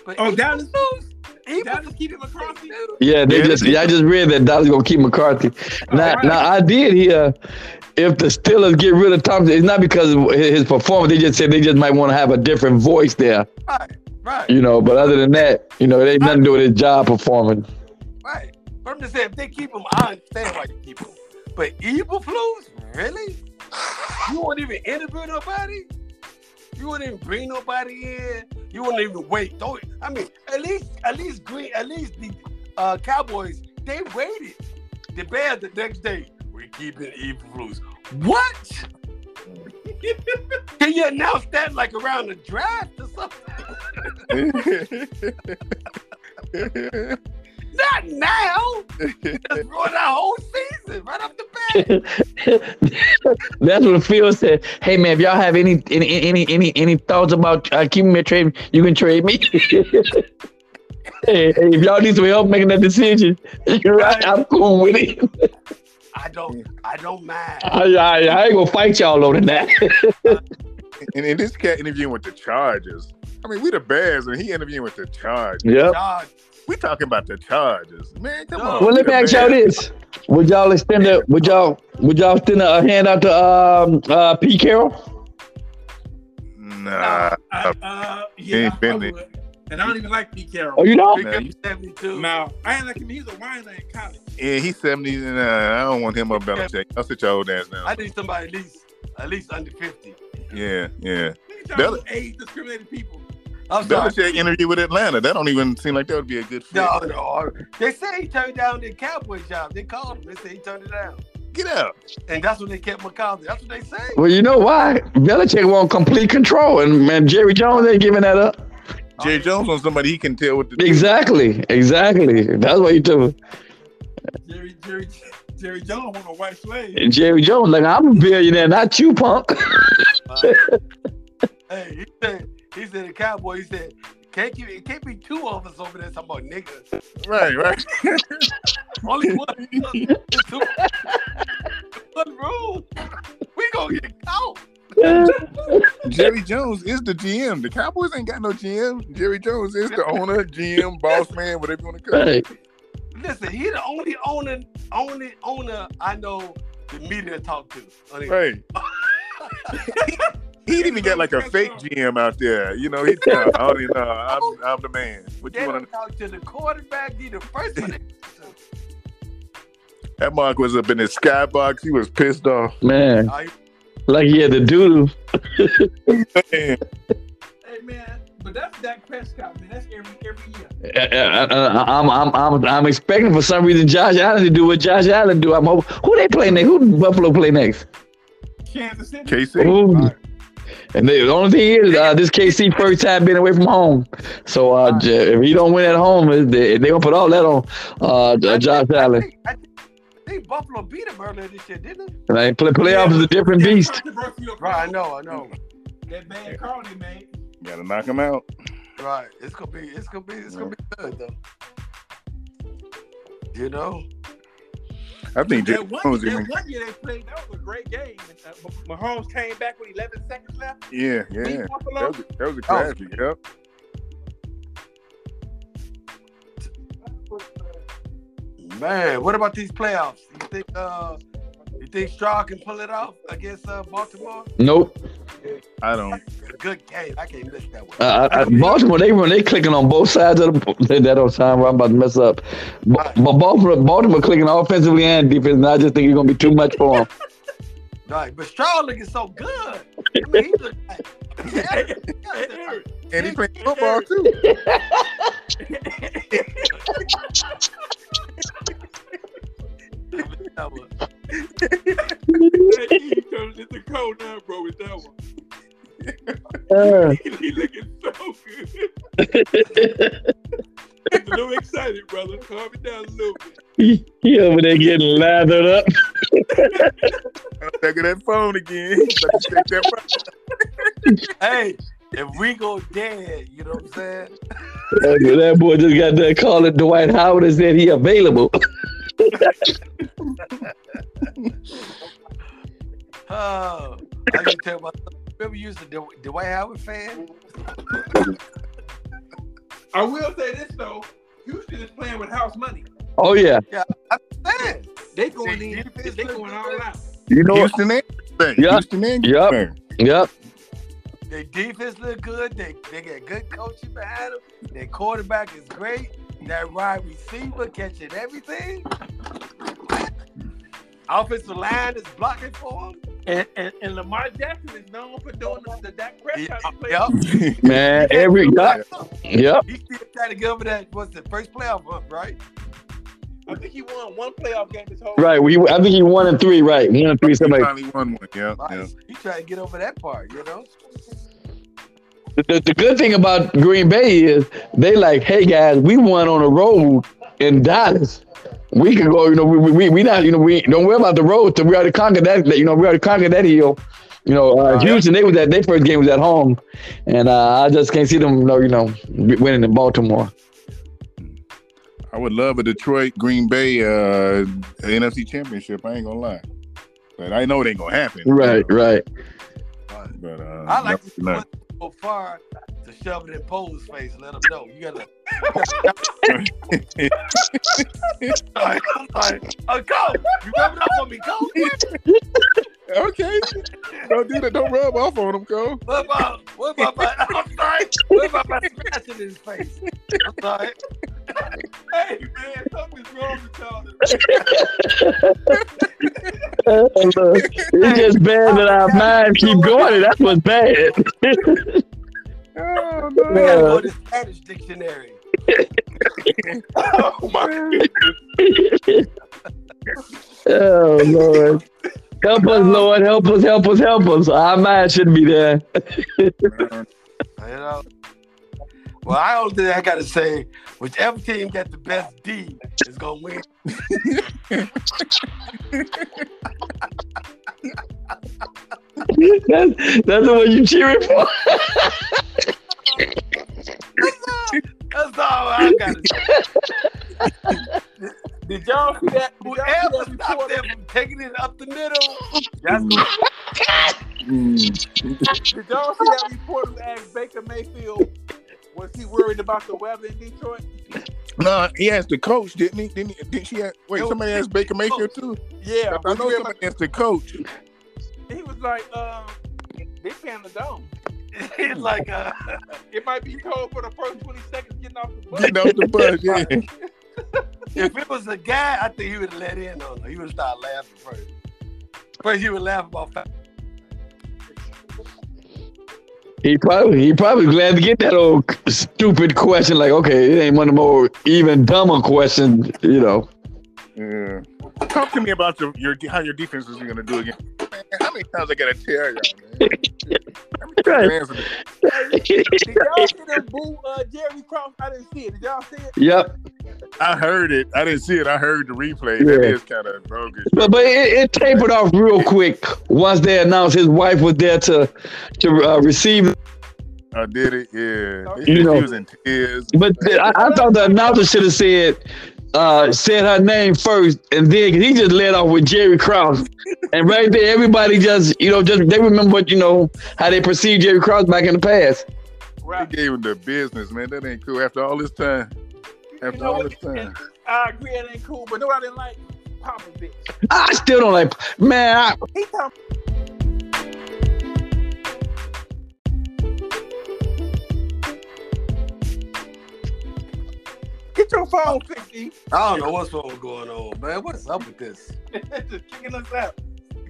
[SPEAKER 1] But
[SPEAKER 5] Oh,
[SPEAKER 1] he
[SPEAKER 5] Dallas-
[SPEAKER 1] lose, he
[SPEAKER 5] Dallas
[SPEAKER 1] was-
[SPEAKER 5] keeping McCarthy?
[SPEAKER 1] dude.
[SPEAKER 4] Yeah, they
[SPEAKER 3] Yeah,
[SPEAKER 4] just
[SPEAKER 3] they-
[SPEAKER 4] yeah, I just read that Dallas gonna keep McCarthy. Now,
[SPEAKER 5] Alright.
[SPEAKER 4] now I did hear if the Steelers get rid of Thompson, it's not because of his his performance. They just said they just might want to have a different voice there,
[SPEAKER 1] Right, right,
[SPEAKER 4] you know. But other than that, you know, it ain't nothing to do with his job performance.
[SPEAKER 1] right. But I'm just saying, if they keep him, I understand why you keep him. But evil flus, really? You won't even interview nobody? You wouldn't even bring nobody in. You wouldn't even wait. Don't I mean at least at least green at least the uh, Cowboys, they waited. The Bears the next day. We're keeping evil blues. What? Can you announce that like around the draft or something? Not now. That's ruined our whole season right off the bat.
[SPEAKER 4] That's what Phil said. Hey man, if y'all have any any any any any thoughts about uh, keeping me a trade, you can trade me. hey, hey, if y'all need some help making that decision, you're right. I'm cool with it.
[SPEAKER 1] I don't I don't mind.
[SPEAKER 4] I, I, I ain't gonna fight y'all over that.
[SPEAKER 3] and, and this cat interviewing with the Chargers. I mean, we the Bears, and he interviewing with the Chargers.
[SPEAKER 4] yep.
[SPEAKER 1] Y'all
[SPEAKER 3] We talking about the Chargers, man. Come on.
[SPEAKER 4] Well, let
[SPEAKER 3] we
[SPEAKER 4] me
[SPEAKER 3] the
[SPEAKER 4] ask y'all
[SPEAKER 3] Bears.
[SPEAKER 4] this: Would y'all extend a would y'all would y'all extend a handout to um uh P Carroll?
[SPEAKER 3] Nah,
[SPEAKER 5] I, uh,
[SPEAKER 3] He
[SPEAKER 5] yeah,
[SPEAKER 3] ain't
[SPEAKER 5] I
[SPEAKER 3] been
[SPEAKER 5] probably would. and I don't even like Pete
[SPEAKER 4] Oh,
[SPEAKER 5] Carroll.
[SPEAKER 4] you know,
[SPEAKER 1] pick
[SPEAKER 3] man.
[SPEAKER 1] up 72.
[SPEAKER 5] No, I ain't like him. He's a whiner in college.
[SPEAKER 3] yeah, he's seventy. and, uh, I don't want him up Belichick. I'll sit your old ass
[SPEAKER 1] I
[SPEAKER 3] down.
[SPEAKER 1] need somebody at least at least under 50.
[SPEAKER 3] Yeah, yeah.
[SPEAKER 5] Look at
[SPEAKER 3] Bel-
[SPEAKER 5] y'all age discriminated people.
[SPEAKER 1] I'm sorry.
[SPEAKER 3] Belichick interview with Atlanta. That don't even seem like that would be a good fit.
[SPEAKER 1] No, no. They say he turned down the Cowboy job. They called him. They said he turned it down.
[SPEAKER 3] Get out.
[SPEAKER 1] And that's when they kept McCauley. That's what they say.
[SPEAKER 4] well, you know why Belichick want complete control, and man, Jerry Jones ain't giving that up.
[SPEAKER 3] Jerry Jones on somebody he can tell what to do.
[SPEAKER 4] Exactly, exactly. That's what you do.
[SPEAKER 5] Jerry, Jerry, Jerry Jones want a white slave.
[SPEAKER 4] And Jerry Jones, like I'm a billionaire, not you, punk.
[SPEAKER 1] Hey, he said, he said the Cowboy, he said, can't keep, it can't be two of us over there talking about niggas.
[SPEAKER 3] Right, right.
[SPEAKER 1] Only one. It's two. One rule. We gonna get caught.
[SPEAKER 3] Jerry Jones is the GM. The Cowboys ain't got no GM. Jerry Jones is the owner, GM, boss man, whatever you want to call it.
[SPEAKER 4] Right.
[SPEAKER 1] Listen, he the only owner, only owner I know the media talk to. Only-
[SPEAKER 3] Right. he even got like a fake GM out there. You know, he tell all you know, I'm, I'm the man. What
[SPEAKER 1] They
[SPEAKER 3] you
[SPEAKER 1] don't
[SPEAKER 3] want
[SPEAKER 1] talk to the quarterback. He the first one.
[SPEAKER 3] to That Mark was up in his skybox. He was pissed off.
[SPEAKER 4] man,
[SPEAKER 1] Are you-
[SPEAKER 4] like he had the doodle.
[SPEAKER 3] Man,
[SPEAKER 5] Hey man, but that's Dak Prescott, man. That's every every year.
[SPEAKER 4] Uh, uh, uh, I'm, I'm, I'm, I'm expecting for some reason Josh Allen to do what Josh Allen do. I'm hoping who they play next. Who do Buffalo play next?
[SPEAKER 5] Kansas City.
[SPEAKER 3] KC.
[SPEAKER 4] Ooh. And the only thing is, uh, this KC first time being away from home. So uh, J- if he don't win at home, is they they gonna put all that on uh, J- Josh
[SPEAKER 1] I
[SPEAKER 4] Allen.
[SPEAKER 1] think, I think, I think Buffalo beat him earlier this year, didn't it?
[SPEAKER 4] Like play, playoffs is a different
[SPEAKER 5] That
[SPEAKER 4] beast.
[SPEAKER 5] controversial call-
[SPEAKER 1] Right, I know, I know.
[SPEAKER 5] That bad call they made.
[SPEAKER 3] Gotta knock him out.
[SPEAKER 1] Right, it's gonna be, it's gonna be, it's gonna be good though. You know?
[SPEAKER 3] I think Jay
[SPEAKER 2] That one,
[SPEAKER 3] Jones.
[SPEAKER 2] that
[SPEAKER 3] even-
[SPEAKER 2] one year they played, that was a great game. And, uh, Mah- Mahomes came back with 11 seconds left.
[SPEAKER 3] Yeah,
[SPEAKER 2] Beat
[SPEAKER 3] yeah. That
[SPEAKER 2] Buffalo.
[SPEAKER 3] was, a- that
[SPEAKER 4] Oh.
[SPEAKER 3] was a classic. Yep.
[SPEAKER 1] Man, what about these playoffs? You think uh you think Stroud can pull it off against uh, Baltimore?
[SPEAKER 4] Nope.
[SPEAKER 3] I don't.
[SPEAKER 1] Good game. I can't miss that one.
[SPEAKER 4] Uh, I, I, Baltimore, they run, they clicking on both sides of the. That don't sound right. I'm about to mess up. But Baltimore, Baltimore clicking offensively and defense. And I just think it's gonna be too much for them.
[SPEAKER 1] Right, but Stroud looking so good. I mean, he look like
[SPEAKER 3] And he played football too.
[SPEAKER 1] that one.
[SPEAKER 5] he turned into cold now, bro, with that one.
[SPEAKER 4] Uh,
[SPEAKER 5] he looking so good. He's a little excited, brother. Calm it down a little bit.
[SPEAKER 4] he, he over there getting lathered up.
[SPEAKER 3] Back of that phone again. About to check that phone.
[SPEAKER 1] Hey, if we go dead, you know what I'm saying?
[SPEAKER 4] that boy just got done calling Dwight Howard and said he available.
[SPEAKER 1] Oh, I can tell myself. Remember, you was a Dw- Dwight Howard fan.
[SPEAKER 5] I will say this though. Houston is playing with house money.
[SPEAKER 4] Oh yeah,
[SPEAKER 1] Man,
[SPEAKER 5] They going
[SPEAKER 1] See,
[SPEAKER 5] in.
[SPEAKER 1] Memphis
[SPEAKER 5] They
[SPEAKER 1] look
[SPEAKER 5] going all out.
[SPEAKER 3] You know Houston and thing.
[SPEAKER 4] Yeah.
[SPEAKER 3] Houston and
[SPEAKER 4] Yep.
[SPEAKER 3] thing.
[SPEAKER 4] yep.
[SPEAKER 1] their defense look good. They they got good coaching behind them. Their quarterback is great. That wide receiver catching everything. Offensive line is blocking for him.
[SPEAKER 5] And, and, and Lamar Jackson is known for doing the, the Dak Prescott play.
[SPEAKER 1] Yep.
[SPEAKER 4] Man, every yep, yep.
[SPEAKER 1] He still trying to get over that. What's the first playoff run, right?
[SPEAKER 5] I think he won one playoff game this whole.
[SPEAKER 4] Right. We, I think he one and three. Right, one and three.
[SPEAKER 3] He
[SPEAKER 4] Somebody.
[SPEAKER 3] finally won one. Yeah,
[SPEAKER 1] Like,
[SPEAKER 3] yeah.
[SPEAKER 1] He trying to get over that part, you know.
[SPEAKER 4] The, the good thing about Green Bay is they like, hey guys, we won on the road in Dallas. We can go, you know, we we- we, we not, you know, we don't worry about the road. So we already conquered that, you know, we already conquered that hill. You know, uh, Houston, they was at their first game was at home, and uh, I just can't see them, you know, you know, winning in Baltimore.
[SPEAKER 3] I would love a Detroit Green Bay uh, NFC Championship. I ain't gonna lie, but I know it ain't gonna happen.
[SPEAKER 4] Right, right.
[SPEAKER 3] But uh,
[SPEAKER 1] I like to see
[SPEAKER 3] no,
[SPEAKER 1] one go far to shove it in Poe's face. Let him know you gotta. Sorry, I'm sorry. Uh, go. You rubbing up on me, go.
[SPEAKER 3] no. Okay, don't do that. Don't rub off on him, Cole.
[SPEAKER 1] What
[SPEAKER 5] uh,
[SPEAKER 1] about what about my? I'm sorry. What about my scratching in his face? I'm sorry.
[SPEAKER 5] Hey man, something's wrong with y'all.
[SPEAKER 4] Uh, it's just bad that our minds keep going, and that's what's bad.
[SPEAKER 3] Oh
[SPEAKER 1] We gotta
[SPEAKER 3] no!
[SPEAKER 1] go to Spanish dictionary.
[SPEAKER 5] Oh my
[SPEAKER 4] Oh Lord. Help us, Lord. Help us, help us, help us. Our mind shouldn't be there.
[SPEAKER 1] You know. Well, I don't think I gotta say whichever team got the best D is gonna win.
[SPEAKER 4] that's, that's the one you cheering for.
[SPEAKER 1] That's all I gotta say.
[SPEAKER 5] Did y'all see that? Did
[SPEAKER 1] Whoever
[SPEAKER 5] y'all see that
[SPEAKER 1] stopped
[SPEAKER 5] report?
[SPEAKER 1] them from taking it up the middle, that's gonna
[SPEAKER 3] Mm.
[SPEAKER 5] Did y'all see that reporter asked Baker Mayfield? Was he worried about the weather in Detroit?
[SPEAKER 3] No, he asked the coach, didn't he? Didn't, he, didn't she? Ask, wait,
[SPEAKER 1] No.
[SPEAKER 3] somebody asked Baker Mayfield too. I
[SPEAKER 5] Yeah, was
[SPEAKER 3] know
[SPEAKER 5] he, about-
[SPEAKER 3] somebody asked the coach.
[SPEAKER 5] he was like, um, they paying the dome.
[SPEAKER 1] It's like uh,
[SPEAKER 5] It might be cold for the first 20 seconds getting off the bus.
[SPEAKER 3] Get off the bus. Yeah.
[SPEAKER 1] if it was a guy, I think he would have let in on her. He would have started laughing first. First, he would laugh about fa-
[SPEAKER 4] He probably he probably glad to get that old stupid question. Like, okay, it ain't one of the more even dumber questions, you know.
[SPEAKER 3] Yeah. Talk to me about your, your how your defense is going to do again. Man, how many times I got to tell y'all, man? How many times I answer
[SPEAKER 5] Did y'all see them boo uh, Jerry Cross? I didn't see it. Did y'all see it?
[SPEAKER 4] yep.
[SPEAKER 3] this? I heard it. I didn't see it. I heard the replay. That
[SPEAKER 4] Yeah.
[SPEAKER 3] is kind of bogus.
[SPEAKER 4] But but it, it tapered off real quick once they announced his wife was there to to uh, receive.
[SPEAKER 3] I did it. Yeah.
[SPEAKER 5] You
[SPEAKER 3] He-
[SPEAKER 4] know.
[SPEAKER 3] he was in tears.
[SPEAKER 4] But th- I, I thought the announcer should have said, uh, said her name first, and then he just led off with Jerry Krause, and right there, everybody just you know just they remember what you know how they perceived Jerry Krause back in the past.
[SPEAKER 3] They
[SPEAKER 2] Right.
[SPEAKER 3] gave him the business, man. That ain't cool. After all this time,
[SPEAKER 2] You
[SPEAKER 3] after
[SPEAKER 2] know
[SPEAKER 3] all
[SPEAKER 2] what?
[SPEAKER 3] this time,
[SPEAKER 2] I agree, it ain't cool, but nobody like Popovich.
[SPEAKER 4] I still don't like man. I,
[SPEAKER 2] He talking Get your phone, 50.
[SPEAKER 1] I don't know what's wrong going on, man. What's up with this?
[SPEAKER 2] Just kicking us out.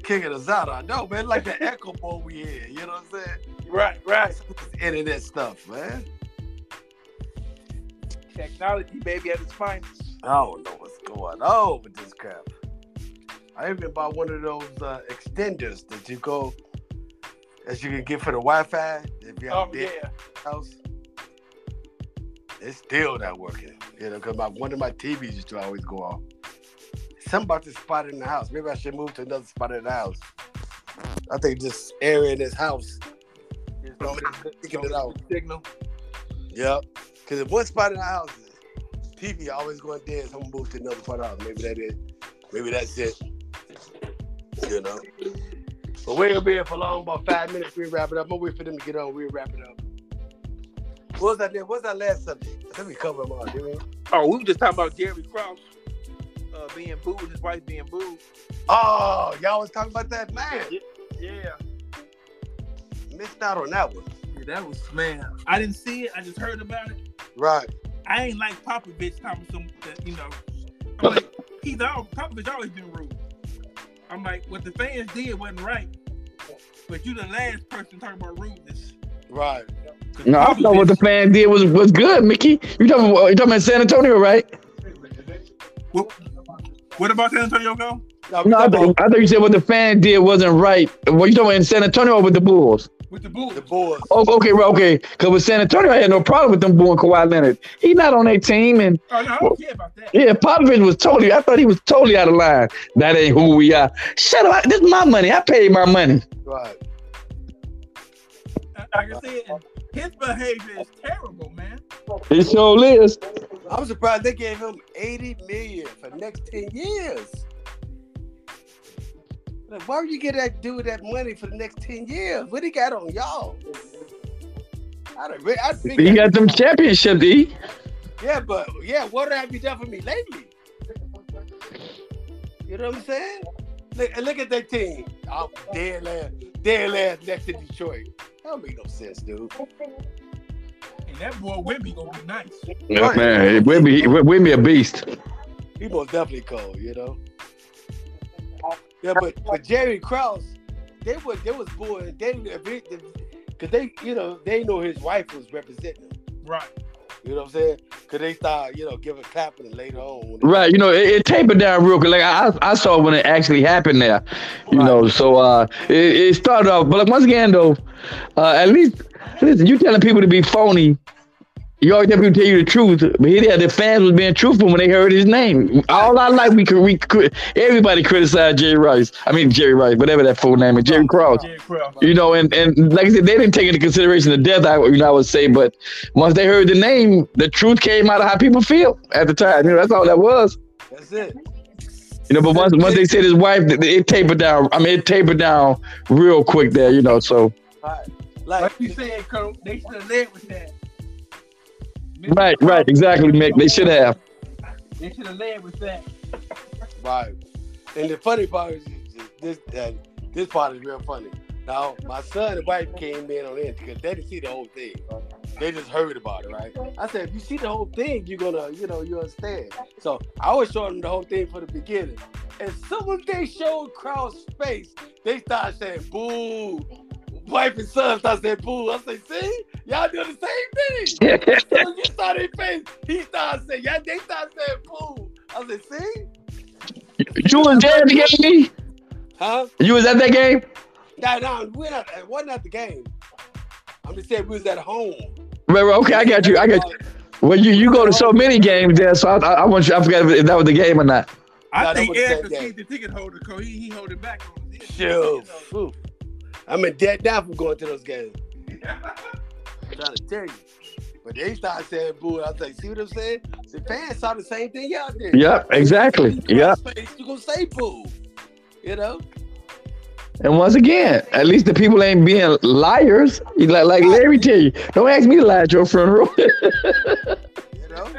[SPEAKER 1] Kicking us out. I know, man. Like the echo ball we hear. You know what I'm saying?
[SPEAKER 2] Right, right.
[SPEAKER 1] It's internet stuff, man.
[SPEAKER 2] Technology, baby, at its finest.
[SPEAKER 1] I don't know what's going on with this crap. I even bought one of those uh, extenders that you go, that you can get for the Wi-Fi if you have
[SPEAKER 2] Oh,
[SPEAKER 1] a
[SPEAKER 2] yeah.
[SPEAKER 1] dead house. It's still not working, you know, because my one of my TVs used to always go off. Something about this spot in the house. Maybe I should move to another spot in the house. I think this area in this house,
[SPEAKER 2] Just don't get the-
[SPEAKER 1] Kicking
[SPEAKER 2] don't
[SPEAKER 1] it
[SPEAKER 2] get
[SPEAKER 1] out.
[SPEAKER 2] the signal.
[SPEAKER 1] Yep. Because if one spot in the house, TV always going dead. Someone moves to another part of the house. Maybe that is. Maybe that's it. You know. But we're gonna be here for long, about five minutes. We wrap it up. I'm gonna wait for them to get on. We wrap it up. What was that? What was that last subject? Let me cover them all. Didn't we?
[SPEAKER 2] Oh, we were just talking about Jerry Krause uh, being booed, his wife being booed.
[SPEAKER 1] Oh, y'all was talking about that man.
[SPEAKER 2] Yeah.
[SPEAKER 1] Missed out on that one.
[SPEAKER 5] Yeah, that was man. I didn't see it. I just heard about it.
[SPEAKER 1] Right.
[SPEAKER 5] I ain't like Popovich talking some that you know. I'm like he's all Popovich always been rude. I'm like what the fans did wasn't right, but you the last person talking about rudeness.
[SPEAKER 1] Right.
[SPEAKER 5] 'Cause
[SPEAKER 4] no, I thought what the
[SPEAKER 5] Popovich-
[SPEAKER 4] fan did was was good. Mickey, you talking about- you talking about San Antonio, right?
[SPEAKER 5] What about San Antonio go?
[SPEAKER 1] Now,
[SPEAKER 4] No, I
[SPEAKER 1] talking
[SPEAKER 4] thought, I thought you said what the fan did wasn't right. What you talking about in San Antonio or with the Bulls?
[SPEAKER 5] With the
[SPEAKER 1] about
[SPEAKER 5] Bulls.
[SPEAKER 1] the boys.
[SPEAKER 4] Oh, okay, right, okay. Because with San Antonio, I had no problem with them booing Kawhi Leonard. He not on their team, and
[SPEAKER 5] Oh no, I don't care about that.
[SPEAKER 4] yeah, Popovich was totally. I thought he was totally out of line. That ain't who we are. Shut up! I- This is my money. I paid my money.
[SPEAKER 1] Right.
[SPEAKER 5] I- Uh, Like I said, his behavior is terrible, man.
[SPEAKER 4] It sure is.
[SPEAKER 1] I'm surprised they gave him 80 million for the next 10 years. Like, why would you give that dude that money for the next 10 years? What he got on y'all? I don't really, I think
[SPEAKER 4] He got them championship. E.
[SPEAKER 1] Yeah, but yeah, what have you done for me lately? You know what I'm saying? Look, and look at that team. I'm dead last, dead last next to Detroit. That don't make no sense, dude.
[SPEAKER 5] And that boy Wimby gonna be nice.
[SPEAKER 4] Yeah, man, it would be it would be a beast.
[SPEAKER 1] He most definitely cold, you know. Yeah, but but Jerry Krause, they were they was booing they because they you know they know his wife was representing him.
[SPEAKER 5] Right.
[SPEAKER 1] You know what I'm saying? Because they start you know giving clapping later on. when they-
[SPEAKER 4] Right, you know, it, it tapered down real quick. Like I, I I saw when it actually happened there, you know. So uh, it, it started off, but like, once again though, uh, at least listen, you telling people to be phony. You always tell people to tell you the truth, but here they are, the fans was being truthful when they heard his name. All I like, we could we could everybody criticized Jerry Rice. I mean Jerry Rice, whatever that full name is, Jerry Cross.
[SPEAKER 5] Jerry Krause.
[SPEAKER 4] You know, and, and like I said, they didn't take into consideration the death. I you know I would say, but once they heard the name, the truth came out of how people feel at the time. You know, that's all that was.
[SPEAKER 1] That's it.
[SPEAKER 4] You know, but once once they said his wife, it, it tapered down. I mean, it tapered down real quick there. You know, so
[SPEAKER 1] Right.
[SPEAKER 5] Like
[SPEAKER 1] Like
[SPEAKER 5] you said, Cole, they should have led with that.
[SPEAKER 4] right, right, exactly, Mick. They should have.
[SPEAKER 5] They should have led with that.
[SPEAKER 1] Right. And the funny part is is- is this uh, this part is real funny. Now my son and wife came in on it because they didn't see the whole thing. They just heard about it, right? I said, if you see the whole thing, you're gonna, you know, you understand. So I was showing them the whole thing for the beginning. As soon as they showed Krause's face, they started saying, boo. Wife and son started saying, boo. I said, see? Y'all doing the same thing. As soon as you saw their face, he started saying, yeah, they started saying, boo. I said, see?
[SPEAKER 4] you was there at the game, me?
[SPEAKER 1] Huh?
[SPEAKER 4] You was at that game?
[SPEAKER 1] No, no, we're not. It wasn't at the game. I'm just saying we was at home.
[SPEAKER 4] Right, right, okay, I got you. I got you. Well, you, you go to so many games there, so I, I, I want you. I forgot if that was the game or not.
[SPEAKER 5] I
[SPEAKER 1] Nah, that
[SPEAKER 5] think
[SPEAKER 1] would've
[SPEAKER 5] Eric
[SPEAKER 1] said
[SPEAKER 5] was
[SPEAKER 1] that.
[SPEAKER 5] the ticket holder, Cole. He, he holding back on this.
[SPEAKER 1] Shoot, Phew. I'm in debt now from going to those games. I'm trying to tell you. But they started saying boo. And I was like, see what I'm saying? The fans saw the same thing y'all did.
[SPEAKER 4] Yep, exactly. Yep.
[SPEAKER 1] You gonna say boo? You know?
[SPEAKER 4] And once again, at least the people ain't being liars. You Like, like Larry tell you, don't ask me to lie at your front row.
[SPEAKER 1] You know?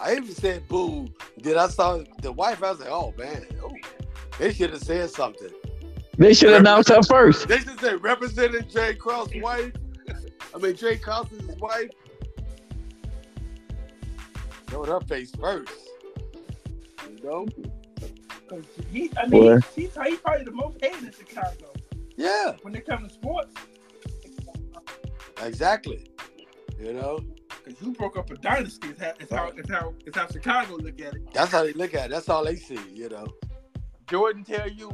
[SPEAKER 1] I even said boo. Then I saw the wife. I was like, oh man, oh, they should have said something.
[SPEAKER 4] they should announce her first.
[SPEAKER 1] They should say representing Jay Cross' wife. I mean, Jay Cross's wife. Showed her face first. You know?
[SPEAKER 5] Cause he, I mean,
[SPEAKER 4] Boy.
[SPEAKER 5] he's, he's probably the most hated in Chicago
[SPEAKER 1] Yeah.
[SPEAKER 5] when it comes to sports.
[SPEAKER 1] Exactly. You know,
[SPEAKER 5] Cause you broke up a dynasty. Is how is how is how, is how Chicago look at it.
[SPEAKER 1] that's how they look at it. That's all they see. You know,
[SPEAKER 2] Jordan tell you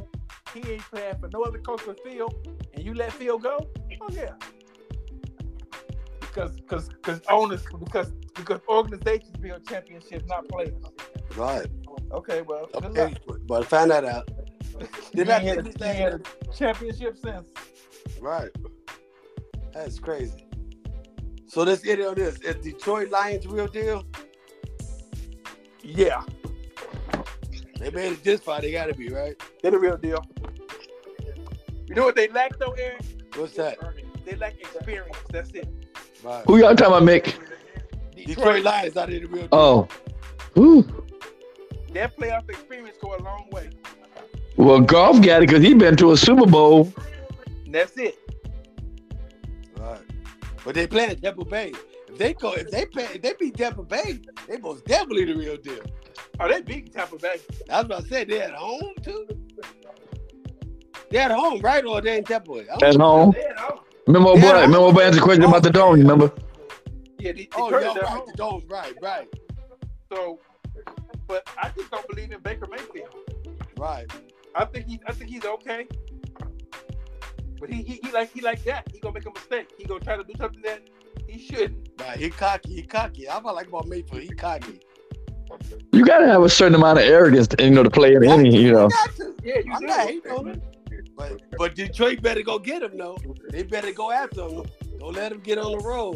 [SPEAKER 2] he ain't playing for no other coach but Phil, and you let Phil go? Oh yeah. Because because because owners because because organizations build championships, not players.
[SPEAKER 1] right?
[SPEAKER 2] Okay, well, good
[SPEAKER 1] Okay, but I found that out.
[SPEAKER 2] luck.
[SPEAKER 1] Did
[SPEAKER 2] You
[SPEAKER 1] I
[SPEAKER 2] ain't had a-
[SPEAKER 1] finish
[SPEAKER 2] you
[SPEAKER 1] that?
[SPEAKER 2] ain't had a championship since.
[SPEAKER 1] Right. That's crazy. So let's get on this. Is Detroit Lions real deal?
[SPEAKER 2] Yeah,
[SPEAKER 1] They made it this far. They got to be right.
[SPEAKER 2] they're the real deal. You know what they lack though, Aaron?
[SPEAKER 1] What's that?
[SPEAKER 2] They lack experience. That's it.
[SPEAKER 1] Right.
[SPEAKER 4] Who y'all talking about, Mick?
[SPEAKER 1] Detroit Lions are they the real deal?
[SPEAKER 4] Oh. Whew.
[SPEAKER 2] That playoff experience go a long way.
[SPEAKER 4] Well, golf got it because he been to a Super Bowl.
[SPEAKER 2] And that's it.
[SPEAKER 1] Right. But they playing Tampa Bay. If they go, if they play, if they beat Tampa Bay, they most definitely the real deal.
[SPEAKER 2] Oh, they beat Tampa Bay.
[SPEAKER 1] That's what I said. They at home too. They at home, right? Or they in Tampa? Oh, I don't
[SPEAKER 4] At home.
[SPEAKER 2] They at home.
[SPEAKER 4] Remember,
[SPEAKER 1] Yeah.
[SPEAKER 4] boy, remember, boy, answered the question about the dome. Remember?
[SPEAKER 2] Yeah, they,
[SPEAKER 1] Oh,
[SPEAKER 2] Detroit
[SPEAKER 1] yeah,
[SPEAKER 2] is at
[SPEAKER 1] right.
[SPEAKER 2] home.
[SPEAKER 1] The dogs, right, right,
[SPEAKER 2] So, but I just don't believe in Baker Mayfield.
[SPEAKER 1] right.
[SPEAKER 2] I think he, I think he's okay. But he, he, he like, he like that. He gonna make a mistake. He gonna try to do something that he shouldn't.
[SPEAKER 1] Right. He cocky. He cocky. I about like about Mayfield. He cocky.
[SPEAKER 4] You gotta have a certain amount of arrogance, to, you know, to play in any, you know.
[SPEAKER 1] Got to.
[SPEAKER 2] Yeah, you
[SPEAKER 1] I'm
[SPEAKER 2] do.
[SPEAKER 1] not hating on him. But but Detroit better go get him though. They better go after him. Don't let him get on the road.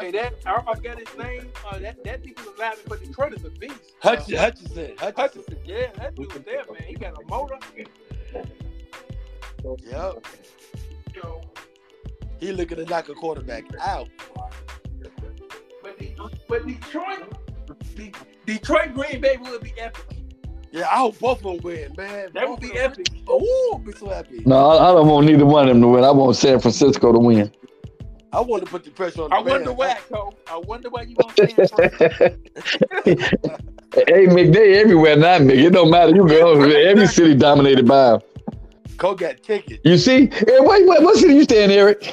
[SPEAKER 2] Hey,
[SPEAKER 1] That's
[SPEAKER 2] that I I forgot his name. Uh, that that dude was laughing, but Detroit is a beast.
[SPEAKER 1] Hutch, Hutchinson. Hutchinson.
[SPEAKER 2] Hutchinson, yeah, that dude was there, man. He got a motor.
[SPEAKER 1] Yep. He looking to knock a quarterback out.
[SPEAKER 2] But, De- but Detroit, De- Detroit Green Bay would be epic.
[SPEAKER 1] Yeah, I hope both of them win, man.
[SPEAKER 2] That
[SPEAKER 1] Both
[SPEAKER 2] would be
[SPEAKER 1] of them-
[SPEAKER 2] epic.
[SPEAKER 1] Ooh, I'd be so happy.
[SPEAKER 4] No, I, I don't want neither one of them to win. I want San Francisco to win.
[SPEAKER 1] I want to put the pressure on. The
[SPEAKER 2] I wonder
[SPEAKER 1] Bears.
[SPEAKER 2] why, Cole. I wonder why you won't stand for it.
[SPEAKER 4] Hey, Mick, they everywhere now, Mick. It don't matter. You go every city dominated by 'em.
[SPEAKER 1] Cole got ticket.
[SPEAKER 4] You see? Hey, wait, wait, what city you staying, Eric?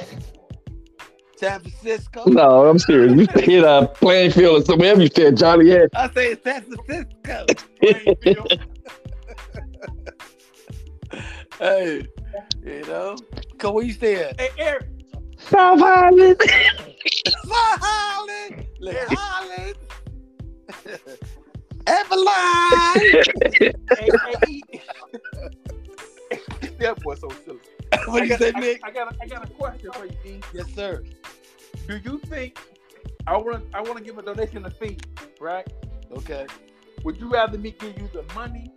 [SPEAKER 1] San Francisco.
[SPEAKER 4] No, I'm serious. You stay in uh, Plainfield or somewhere you stay, Johnny. Yeah.
[SPEAKER 1] I say it's San Francisco.
[SPEAKER 2] Plainfield.
[SPEAKER 1] hey, you know, cause where you stay at?
[SPEAKER 2] hey, Eric,
[SPEAKER 4] South Island.
[SPEAKER 1] Fly Holland, Lake Holland, Everline.
[SPEAKER 2] hey, hey, E. that boy so silly.
[SPEAKER 1] what do you
[SPEAKER 2] I
[SPEAKER 1] say,
[SPEAKER 2] got, I,
[SPEAKER 1] Nick?
[SPEAKER 2] I got, a, I got a question for you, E.
[SPEAKER 1] Yes, sir.
[SPEAKER 2] Do you think I want, I want to give a donation to Fee, right?
[SPEAKER 1] Okay.
[SPEAKER 2] Would you rather me give you the money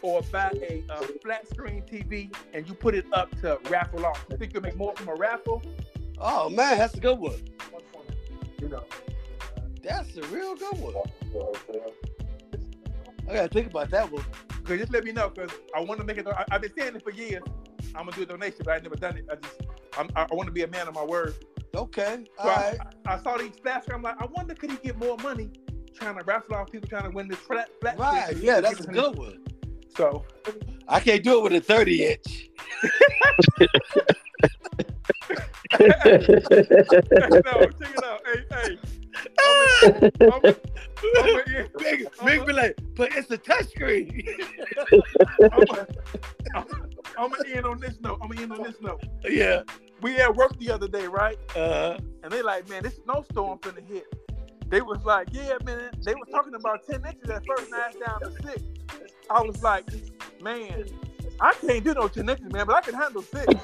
[SPEAKER 2] or buy a uh, flat screen TV and you put it up to raffle off? You think you'll make more from a raffle?
[SPEAKER 1] Oh man, that's a good one. That's a real good one. I gotta think about that one.
[SPEAKER 2] Cause just let me know, cause I want to make it. I, I've been saying it for years. I'm gonna do a donation, but I never done it. I just, I'm, I, I want to be a man of my word.
[SPEAKER 1] Okay. All
[SPEAKER 2] So I-
[SPEAKER 1] right.
[SPEAKER 2] I, saw these flash. I'm like, I wonder could he get more money trying to raffle off people trying to win this flat flat.
[SPEAKER 1] Right.
[SPEAKER 2] screen?
[SPEAKER 1] Yeah, that's a good one.
[SPEAKER 2] So
[SPEAKER 1] I can't do it with a 30 inch.
[SPEAKER 2] no, check it out. Hey, hey. I'm a- I'm a- I'm a- yeah.
[SPEAKER 1] Oh, Big, big be like, but it's a touchscreen.
[SPEAKER 2] I'm gonna end on this note. I'm gonna end on this note.
[SPEAKER 1] yeah.
[SPEAKER 2] We at work the other day, right?
[SPEAKER 1] Uh,
[SPEAKER 2] And they like, man, this snowstorm finna hit. They was like, yeah, man. They was talking about ten inches at first, now it's down to six. I was like, man, I can't do no connections, man, but I can handle six. man,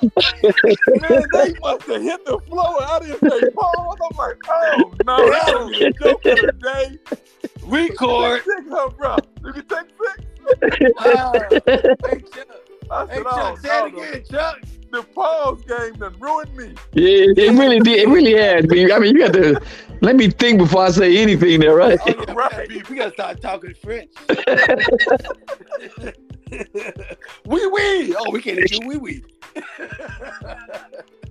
[SPEAKER 2] they must have hit the floor. I didn't say pause. I'm like, oh no, that was a joke of the day.
[SPEAKER 1] Record.
[SPEAKER 2] Take six, huh, bro? You can take six.
[SPEAKER 1] Wow. Hey, Chuck.
[SPEAKER 2] I
[SPEAKER 1] Hey,
[SPEAKER 2] said,
[SPEAKER 1] Chuck,
[SPEAKER 2] oh,
[SPEAKER 1] say
[SPEAKER 2] no,
[SPEAKER 1] it again, Chuck.
[SPEAKER 2] The, the pause game done ruined me.
[SPEAKER 4] Yeah, it, it really did. It really had. I mean, you got to let me think before I say anything there, right?
[SPEAKER 1] Oh, yeah,
[SPEAKER 2] Right.
[SPEAKER 1] we, gotta, we gotta start talking French.
[SPEAKER 2] We win.
[SPEAKER 1] oh, we can't do wee wee.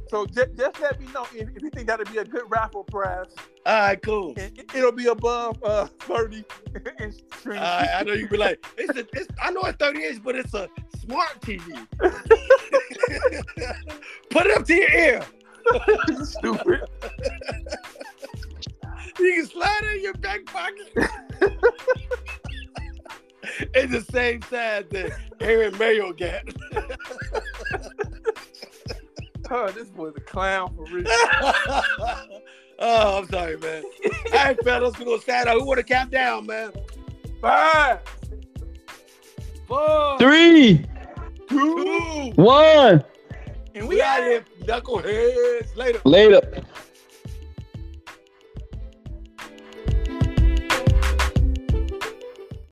[SPEAKER 2] So just, just let me know if, if you think that'd be a good raffle prize.
[SPEAKER 1] All right, cool.
[SPEAKER 2] And it- it'll be above uh, 30 in
[SPEAKER 1] All
[SPEAKER 2] stream.
[SPEAKER 1] right, I know you be like, it's a, it's, I know it's 30 inch, but it's a smart TV. Put it up to your ear.
[SPEAKER 2] Stupid.
[SPEAKER 1] You can slide it in your back pocket. it's the same size that Aaron Mayo got.
[SPEAKER 2] Oh, this boy's a clown for real.
[SPEAKER 1] oh, I'm sorry, man. All right, fellas, we're gonna stand out. Who wanna count down, man?
[SPEAKER 2] Five,
[SPEAKER 1] Four,
[SPEAKER 4] Three,
[SPEAKER 2] two,
[SPEAKER 1] two,
[SPEAKER 4] one,
[SPEAKER 2] and
[SPEAKER 1] we
[SPEAKER 2] we
[SPEAKER 1] out
[SPEAKER 2] out
[SPEAKER 1] here, knuckleheads. Later.
[SPEAKER 4] later.